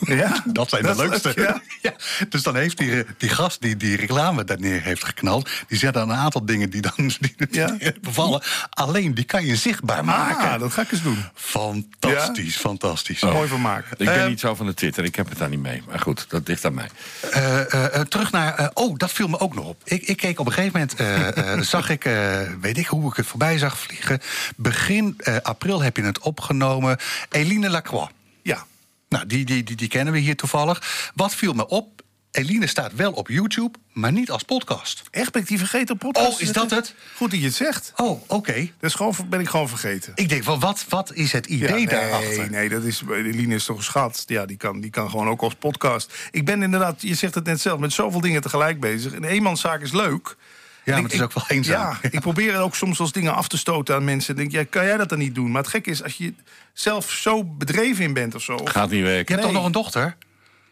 Ja? *laughs* Dat zijn Dat de is leukste. leuk, ja. *laughs* ja. Dus dan heeft die, eh, die gast die die reclame daar neer heeft geknald... die zet dan een aantal dingen die dan die, die Ja. *laughs* bevallen. Alleen die kan je zichtbaar maken. Oh. Ah, dat ga ik eens doen. Fantastisch, fantastisch. Mooi Eh, vermaak. Ik ben niet zo van de Twitter, ik heb het daar niet mee. Maar goed, dat ligt aan mij. Eh, eh, eh, terug naar... eh, oh, dat viel me ook nog op. Ik, ik keek op een gegeven moment... eh, *laughs* eh, zag ik, eh, weet ik hoe ik het voorbij zag vliegen... begin eh, april heb je het opgenomen. Eline Lacroix. Ja. Nou, die, die, die, die kennen we hier toevallig. Wat viel me op? Eline staat wel op YouTube, maar niet als podcast. Echt, ben ik die vergeten op podcast? Oh, is te dat zetten? Goed dat je het zegt. Oh, oké. Dat is gewoon, ben ik gewoon vergeten. Ik denk, van wat, wat is het idee Ja, nee, daarachter? nee, dat is, Eline is toch een schat. Ja, die kan, die kan gewoon ook als podcast. Ik ben inderdaad, je zegt het net zelf, met zoveel dingen tegelijk bezig. Een eenmanszaak is leuk. maar En het is ook wel *laughs* eenzaam. Ja, ik probeer ook soms als dingen af te stoten aan mensen. Ik denk, ja, kan jij dat dan niet doen? Maar het gekke is, als je zelf zo bedreven in bent of zo... of- Gaat niet werken. Je hebt nee. toch nog een dochter?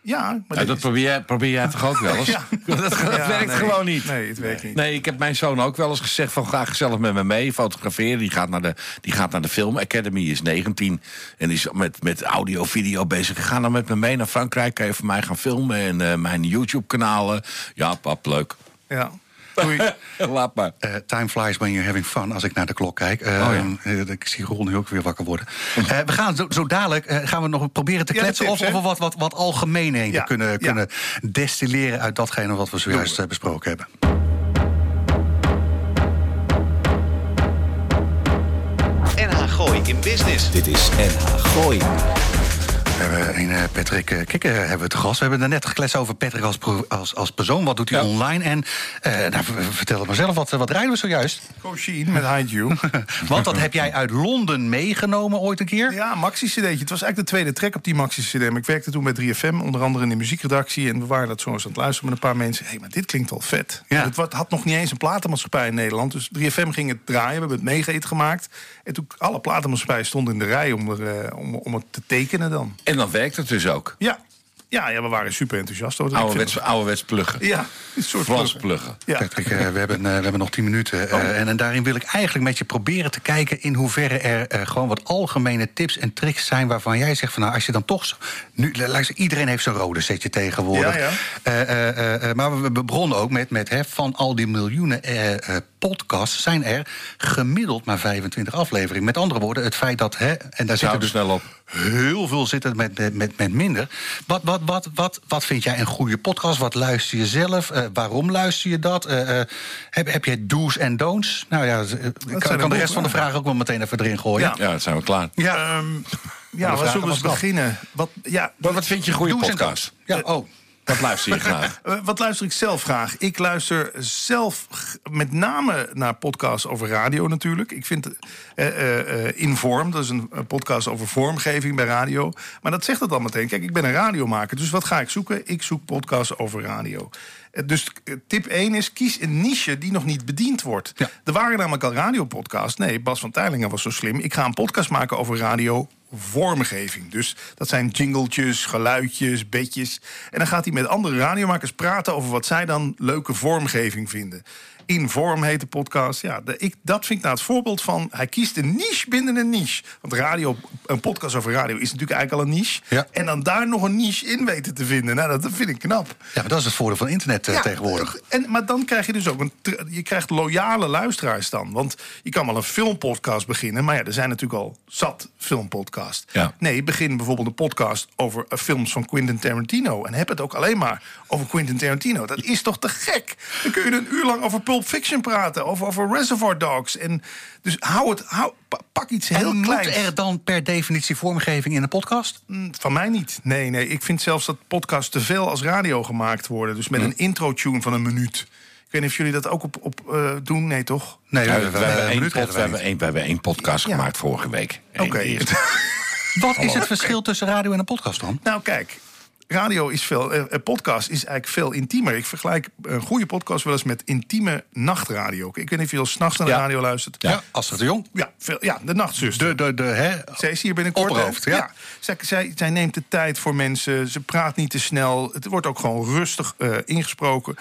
Ja, maar Nou, dit dat is- probeer, jij- probeer jij toch ook wel eens? *laughs* Dat, dat *laughs* Ja, werkt nee. gewoon niet. Nee, het werkt niet. Nee, ik heb mijn zoon ook wel eens gezegd van ga gezellig met me mee fotograferen. Die gaat naar de, die gaat naar de Film Academy, is 19 en is met, met audio, video bezig. Ga dan met me mee naar Frankrijk, kan je voor mij gaan filmen en eh, mijn YouTube-kanalen. Ja, pap, leuk. Ja. Doei. *laughs* Laat maar. Eh, time flies when you're having fun, als ik naar de klok kijk. Eh, eh, ik zie Roel nu ook weer wakker worden. Eh, we gaan zo, zo dadelijk eh, gaan we nog proberen te Ja, de kletsen... tips, of hè? over wat, wat, wat algemeenheden Ja, kunnen, ja. kunnen destilleren... uit datgene wat we zojuist eh, besproken hebben. NH Gooi in Business. Dit is NH Gooi. We hebben een eh, Patrick eh, Kikker hebben we te gast. We hebben daarnet gekletst over Patrick als, pro- als, als persoon. Wat doet hij Ja. online? En eh, nou, v- v- vertel het maar zelf, wat, eh, wat rijden we zojuist? Koshin met *laughs* Haiju. Want dat heb jij uit Londen meegenomen ooit een keer. Ja, maxi-cd'tje. Het was eigenlijk de tweede track op die maxi-cd. Maar ik werkte toen bij 3FM, onder andere in de muziekredactie. En we waren dat zo eens aan het luisteren met een paar mensen. Hé, hey, maar dit klinkt wel vet. Ja. En Het wa- had nog niet eens een platenmaatschappij in Nederland. Dus 3FM ging het draaien. We hebben het meegeet gemaakt. En toen alle platenmaatschappijen stonden in de rij om, er, eh, om, om het te tekenen dan. En dan werkt het dus ook. Ja, ja, ja we waren super enthousiast over 3FM. Ouderwets, ouderwets pluggen. Ja, een soort Frans pluggen. pluggen. Ja. Patrick, eh, we, hebben, eh, we hebben nog 10 minuten. Oh. eh, en, en daarin wil ik eigenlijk met je proberen te kijken in hoeverre er eh, gewoon wat algemene tips en tricks zijn waarvan jij zegt van nou, als je dan toch. zo- Nu, luister, iedereen heeft zo'n rode setje tegenwoordig. Ja, ja. Eh, eh, eh, eh, maar we we begonnen ook met, met hè, van al die miljoenen eh, eh, podcasts zijn er gemiddeld maar 25 afleveringen. Met andere woorden, het feit dat. Hè, en daar Zou zitten er dus snel op. heel veel zitten met, met- met, met minder. Wat, wat, wat, wat, wat vind jij een goede podcast? Wat luister je zelf? Eh, waarom luister je dat? Eh, eh, heb, heb je do's en don'ts? Nou ja, z- eh, ik kan, een kan de boel rest van de vraag ook wel meteen even erin gooien. Ja. Ja, dat zijn we klaar. ja. Ehm, Ja, de waar vraag zullen we eens was dat. beginnen? Wat, ja, Maar wat vind je een goede Do's en podcast? don'ts. Ja, oh. Dat luister je *laughs* graag. Eh, wat luister ik zelf graag? Ik luister zelf g- met name naar podcasts over radio natuurlijk. Ik vind eh, eh, eh, Inform, dat is een eh, podcast over vormgeving bij radio. Maar dat zegt het al meteen. Kijk, ik ben een radiomaker, dus wat ga ik zoeken? Ik zoek podcasts over radio. Eh, Dus eh, tip 1 is, kies een niche die nog niet bediend wordt. Ja. Er waren namelijk al radiopodcasts. Nee, Bas van Tijlingen was zo slim. Ik ga een podcast maken over radio vormgeving. Dus dat zijn jingletjes, geluidjes, bedjes. En dan gaat hij met andere radiomakers praten over wat zij dan leuke vormgeving vinden. In vorm heet de podcast. Ja, de- ik, dat vind ik nou het voorbeeld van... hij kiest een niche binnen een niche. Want radio, een podcast over radio is natuurlijk eigenlijk al een niche. Ja. En dan daar nog een niche in weten te vinden. Nou, dat dat vind ik knap. ja, maar dat is het voordeel van internet eh, tegenwoordig. En, maar dan krijg je dus ook een. tr- Je krijgt loyale luisteraars dan. Want je kan wel een filmpodcast beginnen. Maar ja, er zijn natuurlijk al zat filmpodcasts. Ja. Nee, begin bijvoorbeeld een podcast over eh, films van Quentin Tarantino. En heb het ook alleen maar over Quentin Tarantino. Dat is toch te gek? Dan kun je een uur lang over Pulp Fiction praten. Over, over Reservoir Dogs. En dus hou het. Hou, pa- pak iets heel En moet kleins. er dan per definitie vormgeving in een podcast? Van mij niet. Nee, nee. Ik vind zelfs dat podcasts te veel als radio gemaakt worden. Dus met een intro-tune van een minuut. Ik weet niet of jullie dat ook op, op eh, doen. Nee, toch? Nee, Ja, we- we, we- hebben een één minuut pod- redden we, wij hebben één, we hebben één podcast Ja. gemaakt vorige week. Eén Oké. *laughs* eerste. niet. Wat is het verschil tussen radio en een podcast dan? Nou, kijk. Radio is veel. eh, eh, podcast is eigenlijk veel intiemer. Ik vergelijk een goede podcast wel eens met intieme nachtradio. Ik weet niet of je al s'nachts naar de Ja. radio luistert. Ja. als het de jong. Ja, veel, ja de nachtzuster. De, de, de, hè, Zij is hier binnenkort. Opperhoofd, hè? ja. Zij, zij, zij neemt de tijd voor mensen. Ze praat niet te snel. Het wordt ook gewoon rustig eh, ingesproken.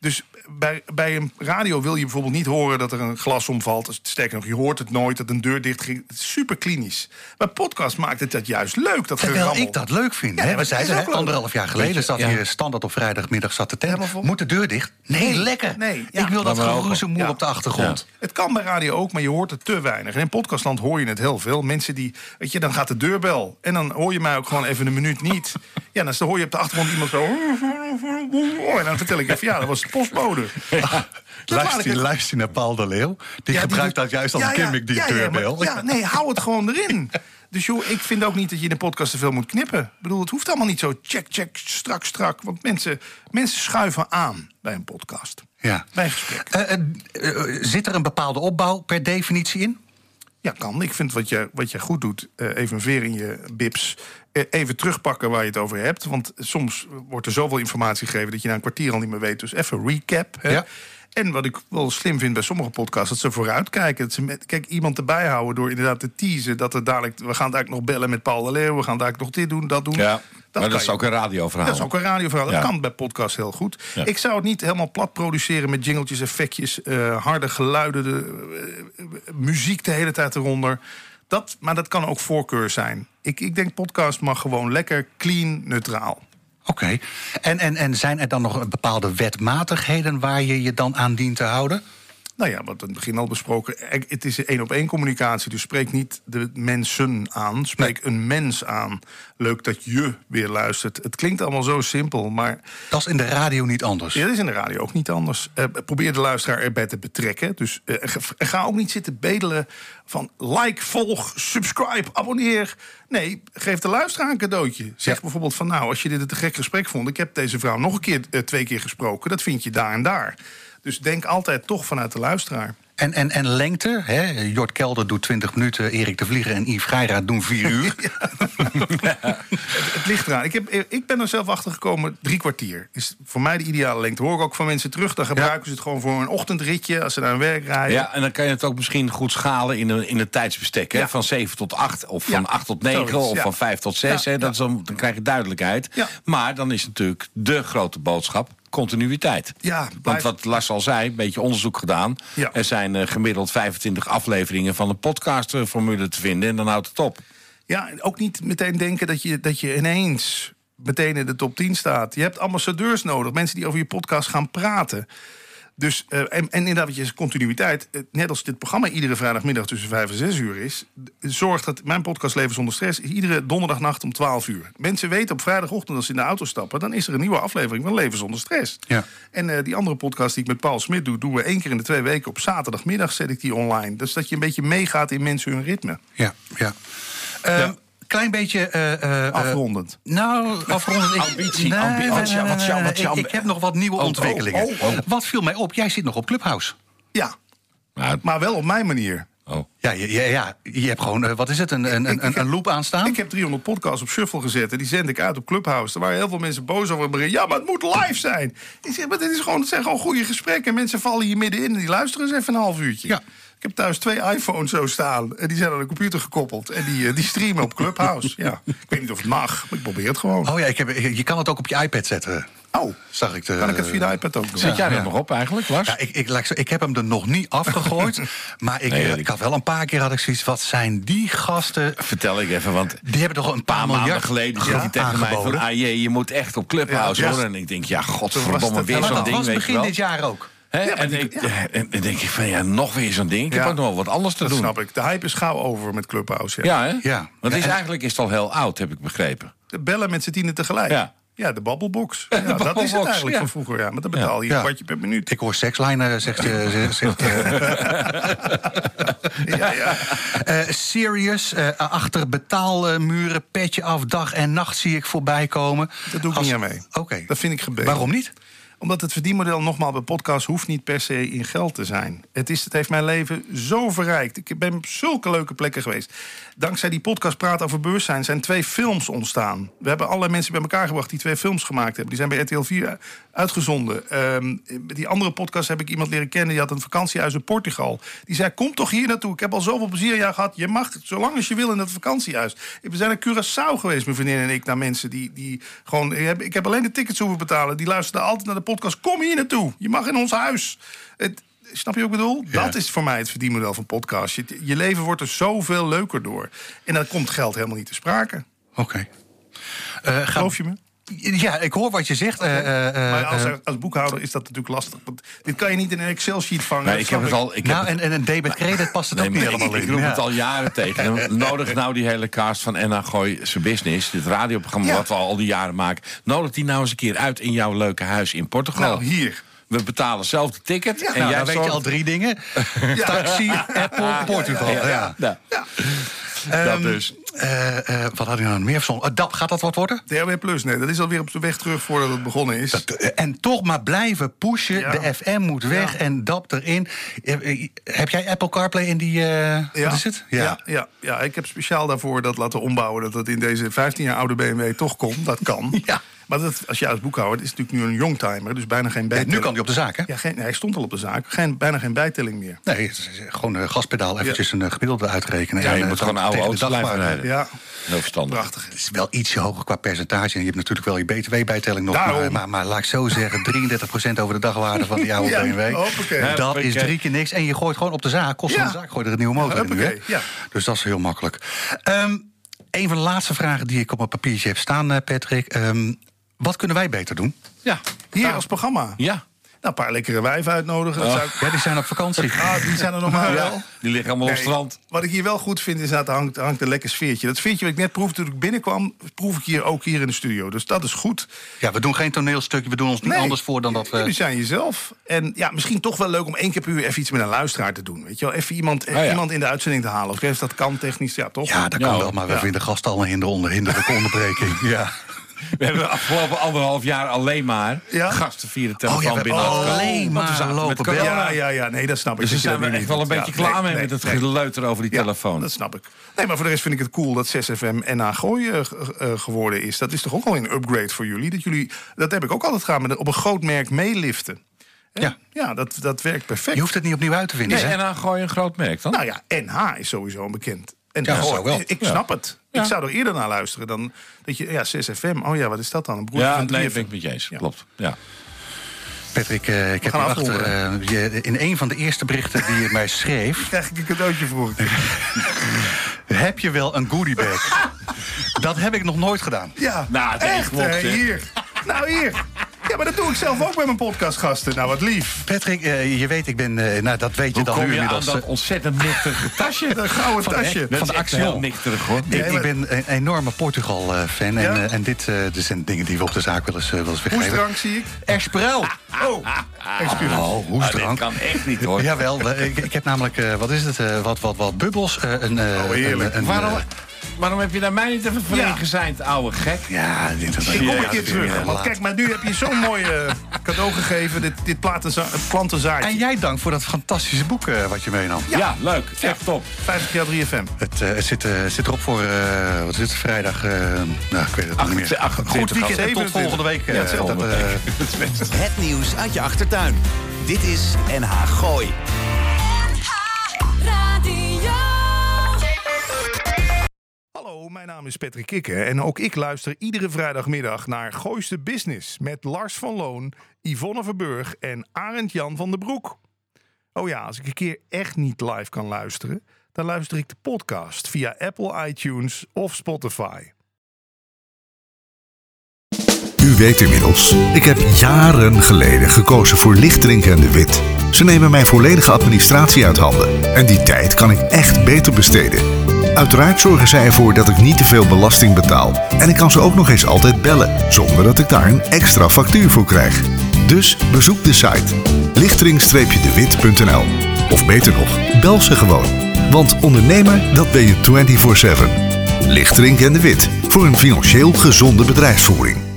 Dus bij, bij een radio wil je bijvoorbeeld niet horen dat er een glas omvalt. Sterker nog, je hoort het nooit dat een deur dicht ging. Het is super klinisch. Bij podcast maakt het dat juist leuk. Dat Terwijl gerammel. ik dat leuk vind. Ja, hè? maar We het zeiden is hè, ook leuk. anderhalf jaar geleden Weet je, zat ja. hier standaard op vrijdagmiddag zat de tent. Helemaal vol. Moet de deur dicht? Nee, lekker. nee, ja. Ik wil dat Laat maar open. geroezemoer Ja. op de achtergrond. Het kan bij radio ook, maar je hoort het te weinig. En in podcastland hoor je het heel veel. Mensen die, weet je, dan gaat de deurbel. En dan hoor je mij ook gewoon even een minuut *laughs* niet. Ja, dan hoor je op de achtergrond iemand zo... Oh, En dan vertel ik even, ja, dat was de *laughs* postbode. Luister, luister naar Paul de Leeuw. Die Ja, die gebruikt doet- dat juist als Ja, een ja, gimmick, die ja, ja, deurbel. maar- Ja, nee, hou het gewoon *laughs* erin. Dus joh, ik vind ook niet dat je in de podcast te veel moet knippen. Ik bedoel, het hoeft allemaal niet zo check, check, strak, strak. Want mensen, mensen schuiven aan bij een podcast. Ja. Bij een gesprek. Eh, eh, eh, zit er een bepaalde opbouw per definitie in? Ja, kan. Ik vind wat je, wat je goed doet, eh, even een veer in je bips. eh, even terugpakken waar je het over hebt. Want soms wordt er zoveel informatie gegeven dat je na een kwartier al niet meer weet. Dus even recap. Hè. Ja. En wat ik wel slim vind bij sommige podcasts, dat ze vooruitkijken. Dat ze met, kijk, iemand erbij houden door inderdaad te teasen. Dat er dadelijk, we gaan dadelijk nog bellen met Paul de Leeuw. We gaan dadelijk nog dit doen, dat doen. Ja. maar kan dat is je- ook een radioverhaal. Dat is ook een radioverhaal. Dat Ja. kan bij podcast heel goed. Ja. Ik zou het niet helemaal plat produceren met jingeltjes, effectjes, eh, harde geluiden, de, eh, eh, muziek de hele tijd eronder. Dat, maar dat kan ook voorkeur zijn. Ik, ik denk podcast mag gewoon lekker, clean, neutraal. Oké. En, en, en zijn er dan nog bepaalde wetmatigheden waar je je dan aan dient te houden? Nou ja, wat we in het begin al besproken. eh, Het is één op één communicatie. Dus spreek niet de mensen aan. Spreek een mens aan. Leuk dat je weer luistert. Het klinkt allemaal zo simpel, maar Dat is in de radio niet anders. Ja, dat is in de radio ook niet anders. Eh, probeer de luisteraar erbij te betrekken. Dus eh, ge- ga ook niet zitten bedelen van like, volg, subscribe, abonneer. Nee, geef de luisteraar een cadeautje. Zeg Ja. bijvoorbeeld van nou, als je dit een te gek gesprek vond... ik heb deze vrouw nog een keer, eh, twee keer gesproken. Dat vind je daar en daar. Dus denk altijd toch vanuit de luisteraar. En, en, en lengte, hè? Jort Kelder doet 20 minuten, Erik de Vlieger en Yves Geiraat doen 4 uur. Het ligt eraan. Ik, heb, eh, ik ben er zelf achter gekomen. Drie kwartier is voor mij de ideale lengte. Hoor ik ook van mensen terug. Dan gebruiken ze het gewoon voor een ochtendritje. Als ze naar hun werk rijden. Ja, en dan kan je het ook misschien goed schalen in een, in een tijdsbestek. Hè? Ja. Van 7 tot 8, of van Ja, 8 tot 9, zoiets, of ja. van 5 tot 6. Ja, hè? Dat ja. is dan, dan krijg je duidelijkheid. Ja. Maar dan is natuurlijk de grote boodschap continuïteit. Ja, Want blijf- wat Lars al zei, een beetje onderzoek gedaan. Ja. Er zijn eh, gemiddeld 25 afleveringen van een podcastformule te vinden. En dan houdt het op. Ja, en ook niet meteen denken dat je, dat je ineens meteen in de top 10 staat. Je hebt ambassadeurs nodig, mensen die over je podcast gaan praten. Dus, eh, en, en inderdaad, wat je zegt, continuïteit. Eh, net als dit programma iedere vrijdagmiddag tussen 5 en 6 uur is. d- Zorgt dat mijn podcast Leven zonder Stress is iedere donderdagnacht om 12 uur. Mensen weten op vrijdagochtend als ze in de auto stappen. dan is er een nieuwe aflevering van Leven zonder Stress. Ja. En eh, die andere podcast die ik met Paul Smit doe. doen we één keer in de twee weken op zaterdagmiddag. zet ik die online. Dus dat je een beetje meegaat in mensen hun ritme. *laughs* Ja, ja. Ehm, Klein beetje... eh, eh, eh, Afrondend. Nou, afrondend. ik- Ambitie, Nee, ambitie. nee, Wat nee, jou- nee, wat jou- wat nee, jou- Ik ik heb nog wat nieuwe oh, ontwikkelingen. oh, oh. Wat viel mij op? Jij zit nog op Clubhouse. Ja, Nou, maar wel op mijn manier. oh. Ja, ja, ja, ja. je hebt gewoon, eh, wat is het, een, een, ik- ik- een, een loop aanstaan? Ik heb 300 podcasts op shuffle gezet en die zend ik uit op Clubhouse. Er waren heel veel mensen boos over. het bericht. Ja, maar het moet live zijn. Ik zeg, maar dit is gewoon, het zijn gewoon goede gesprekken. Mensen vallen hier middenin en die luisteren eens even een half uurtje. Ja. Ik heb thuis twee iPhones zo staan. En die zijn aan de computer gekoppeld. En die, eh, die streamen op Clubhouse. ja. Ik weet niet of het mag, maar ik probeer het gewoon. Oh ja, ik heb, je kan het ook op je iPad zetten. Oh, Zag ik de, kan ik het via de iPad ook doen? Zet jij dat ja. nog op eigenlijk, Lars? Ja, ik, ik, laat ik zo- ik heb hem er nog niet *laughs* afgegooid. maar ik, Nee, eh, dat ik ik- had wel een paar keer had ik zoiets. Wat zijn die gasten? Vertel ik even, want Die hebben toch al een paar, paar maanden miljard geleden ja, zei hij tegen mij van... aangeboden. ah jee, je moet echt op Clubhouse, Ja, ja. hoor. En ik denk, ja, Toen was godverdomme, het- weer Ja, maar zo'n dat ding, was weet je begin wel. dit jaar ook. Hè? Ja, maar en, die- ik, ja. en dan denk ik van, ja, nog weer zo'n ding. Ik Ja. heb ook nog wel wat anders te Dat doen. snap ik. De hype is gauw over met Clubhouse. Ja, hè? Ja. Want het is, Ja, en- eigenlijk is het al heel oud, heb ik begrepen. De bellen met z'n tienen tegelijk. Ja. Ja, de *laughs* babbelbox. Ja, dat is het babbelbox, eigenlijk ja. van vroeger. Ja, maar dan betaal je Ja. een kwartje per minuut. Ik hoor sexliner, zegt... *laughs* eh, zegt, zegt, eh, Ja, ja. eh, serious, eh, achter betaalmuren, petje af, dag en nacht zie ik voorbij komen. Dat doe ik Als- niet aan mee. Oké. Dat vind ik gebeden. Waarom niet? Omdat het verdienmodel, nogmaals, bij podcast hoeft niet per se in geld te zijn. Het, is, het heeft mijn leven zo verrijkt. Ik ben op zulke leuke plekken geweest. Dankzij die podcast Praat over Bewustzijn zijn twee films ontstaan. We hebben allerlei mensen bij elkaar gebracht die twee films gemaakt hebben. Die zijn bij RTL 4 uitgezonden. Ehm, met die andere podcast heb ik iemand leren kennen. Die had een vakantiehuis in Portugal. Die zei, kom toch hier naartoe. Ik heb al zoveel plezier aan jou gehad. Je mag zolang als je wil in dat vakantiehuis. We zijn naar Curaçao geweest, mijn vriendin en ik. Naar mensen die, die gewoon... Ik heb, ik heb alleen de tickets hoeven betalen. Die luisterden altijd naar de podcast. Kom hier naartoe. Je mag in ons huis. Het, snap je wat ik bedoel? Dat is voor mij het verdienmodel van podcast. Je, je leven wordt er zoveel leuker door. En dan komt geld helemaal niet te sprake. Oké. Eh, ga- Geloof je me? Ja, ik hoor wat je zegt. eh, eh, eh, maar als, eh, als boekhouder is dat natuurlijk lastig. Want dit kan je niet in een Excel-sheet vangen. Maar dat ik snap heb het al... Ik heb nou, en, en een debit-credit past het Nee, ook maar niet ik- helemaal in. Ik roep Ja. het al jaren tegen. hem. Nodig nou die hele cast van Enna Gooi zijn business, dit radioprogramma Ja. wat we al, al die jaren maken. Nodig die nou eens een keer uit in jouw leuke huis in Portugal. Nou, hier. We betalen zelf de ticket. en nou, jij dan weet je zorgt- al drie *laughs* dingen. Taxi, Apple, Portugal. Ja, Ja. Dat dus. Eh, eh, wat had ik nou meer verzonnen? Eh, DAP, gaat dat wat worden? DHB Plus, nee, dat is alweer op de weg terug voordat het begonnen is. Eh, En toch maar blijven pushen. Ja. De FM moet weg Ja. en DAP erin. Eh, eh, Heb jij Apple CarPlay in die... eh, Wat is het? Ja. Ja, ja, ja, ik heb speciaal daarvoor dat laten ombouwen... dat dat in deze 15 jaar oude BMW toch komt. Dat kan. *laughs* Ja. Maar dat, als je als boekhouder, is het natuurlijk nu een youngtimer, dus bijna geen Ja, bijtelling. nu kan hij op de zaak, hè? Ja, geen, hij stond al op de zaak. Geen, bijna geen bijtelling meer. Nee, het is gewoon eh, gaspedaal eventjes een eh, gemiddelde uitrekenen. Ja, je eh, moet dan gewoon oude tegen de dag auto's blijven maar, eh, rijden. Ja, Heel verstandig. prachtig. Het is wel ietsje hoger qua percentage. En je hebt natuurlijk wel je btw-bijtelling nog. Daarom. Maar, maar, maar laat ik zo zeggen, 33% over de dagwaarde van die oude *laughs* Ja, BMW. hoppakee. Dat is Hoppakee. drie keer niks. En je gooit gewoon op de zaak, kost van Ja. de zaak, gooi er een nieuwe motor in nu. Hè? hoppakee, ja. Dus dat is heel makkelijk. Ehm, een van de laatste vragen die ik op mijn papiertje heb staan, eh, Patrick. Ehm, wat kunnen wij beter doen? Ja. Hier als programma. Ja. Nou, een paar lekkere wijven uitnodigen. Ah. Dat zou ik- Ja, die zijn op vakantie. Ah, die zijn er nog maar wel. Die liggen allemaal op Nee, het strand. Wat ik hier wel goed vind, is dat er hangt, hangt een lekker sfeertje. Dat sfeertje wat ik net proefde toen ik binnenkwam, proef ik hier ook hier in de studio. Dus dat is goed. Ja, we doen geen toneelstukje. We doen ons niet Nee. anders voor dan dat Jullie we... zijn jezelf. En ja, misschien toch wel leuk om één keer per uur even iets met een luisteraar te doen. Weet je wel, even iemand, Oh ja. iemand in de uitzending te halen. Of dat kan technisch, ja toch? Ja, dat kan Ja. wel, maar we Ja. vinden gasten al een hinder onder hinderlijke onderbreking. *laughs* Ja. We hebben de afgelopen anderhalf jaar alleen maar Ja? gasten via de Oh, ja, telefoon we hebben binnen. laten komen. alleen Want we maar zaten met lopen corona. bellen. ja, ja, ja, nee, dat snap ik. eh, Dus daar dat je zijn we dat nu echt niet wel een doet. beetje Ja, klaar nee, mee nee, met het nee. geleuter over die Ja, telefoon. Dat snap ik. Nee, maar voor de rest vind ik het cool dat 6FM NH Gooi eh, ge- eh, geworden is. Dat is toch ook al een upgrade voor jullie? Dat, jullie, dat heb ik ook altijd gedaan, met een- op een groot merk meeliften. Hè? Ja. Ja, dat, dat werkt perfect. Je hoeft het niet opnieuw uit te vinden. Nee, hè? en dan gooi je een groot merk dan? Nou ja, NH is sowieso een bekend. En Ja, dat Gooi, zou wel. Ik Ja. snap het. Ja. Ik zou er eerder naar luisteren dan dat je... Ja, 6FM, oh ja, wat is dat dan? Een broer ja, van nee, 3FM. ben ik met je eens. Ja. Klopt. Ja. Patrick, eh, ik heb gaan hierachter eh je, in een van de eerste berichten die je mij *laughs* schreef... Krijg ik een cadeautje voor? heb je wel een goodiebag? *laughs* dat heb ik nog nooit gedaan. Ja, Nou, het echt, klopt, hè, hè. hier. Nou, hier. Ja, maar dat doe ik zelf ook met mijn podcastgasten. Nou, wat lief. Patrick, eh, je weet, ik ben... eh, nou, dat weet je Hoe dan nu kom je aan inmiddels. dat ontzettend *laughs* nichtige tasje? Dat gouden tasje. Van de de actie. Axiom. Heel nichterig hoor. Ik, Ja, maar- ik ben een enorme Portugal-fan. en, Ja? eh, en dit, eh, dit zijn dingen die we op de zaak wel eens, eh, wel eens weggeven. Hoestdrank zie ik. *laughs* Esprouw. Oh, excuses. Oh, dat hoestdrank. Ah, kan echt niet hoor. Jawel, eh, ik, ik heb namelijk, eh, wat is het, eh, wat, wat, wat bubbels. eh, een, eh, Oh, heerlijk. een- een, waarom, eh, waarom heb je naar mij niet even Ja. verlegen gezeind, ouwe gek? ja, dit is Ik kom Ja, een keer dat terug. weer heel Want kijk, maar nu heb je zo'n mooi eh, cadeau gegeven. Dit, dit platenza- eh, En plantenzaadje. jij dank voor dat fantastische boek eh, wat je meenam. Ja, leuk. Echt top. 50 jaar 3FM. Het, eh, het zit, eh, het zit erop voor, eh, wat is het, vrijdag? eh, nou, ik weet het niet meer. 28 Goed weekend en tot 27. volgende week. eh, Ja, hetzelfde. dat, eh, Het nieuws uit je achtertuin. Dit is NH Gooi. Hallo, mijn naam is Patrick Kikken en ook ik luister iedere vrijdagmiddag naar Gooiste Business met Lars van Loon, Yvonne Verburg en Arend Jan van den Broek. Oh ja, als ik een keer echt niet live kan luisteren, dan luister ik de podcast via Apple iTunes of Spotify. U weet inmiddels, ik heb jaren geleden gekozen voor Lichtdrink en de Wit. Ze nemen mijn volledige administratie uit handen en die tijd kan ik echt beter besteden. Uiteraard zorgen zij ervoor dat ik niet te veel belasting betaal en ik kan ze ook nog eens altijd bellen zonder dat ik daar een extra factuur voor krijg. Dus bezoek de site lichtering-dewit.nl of beter nog, bel ze gewoon. Want ondernemer, dat ben je 24/7. Lichtdrink en de Wit voor een financieel gezonde bedrijfsvoering.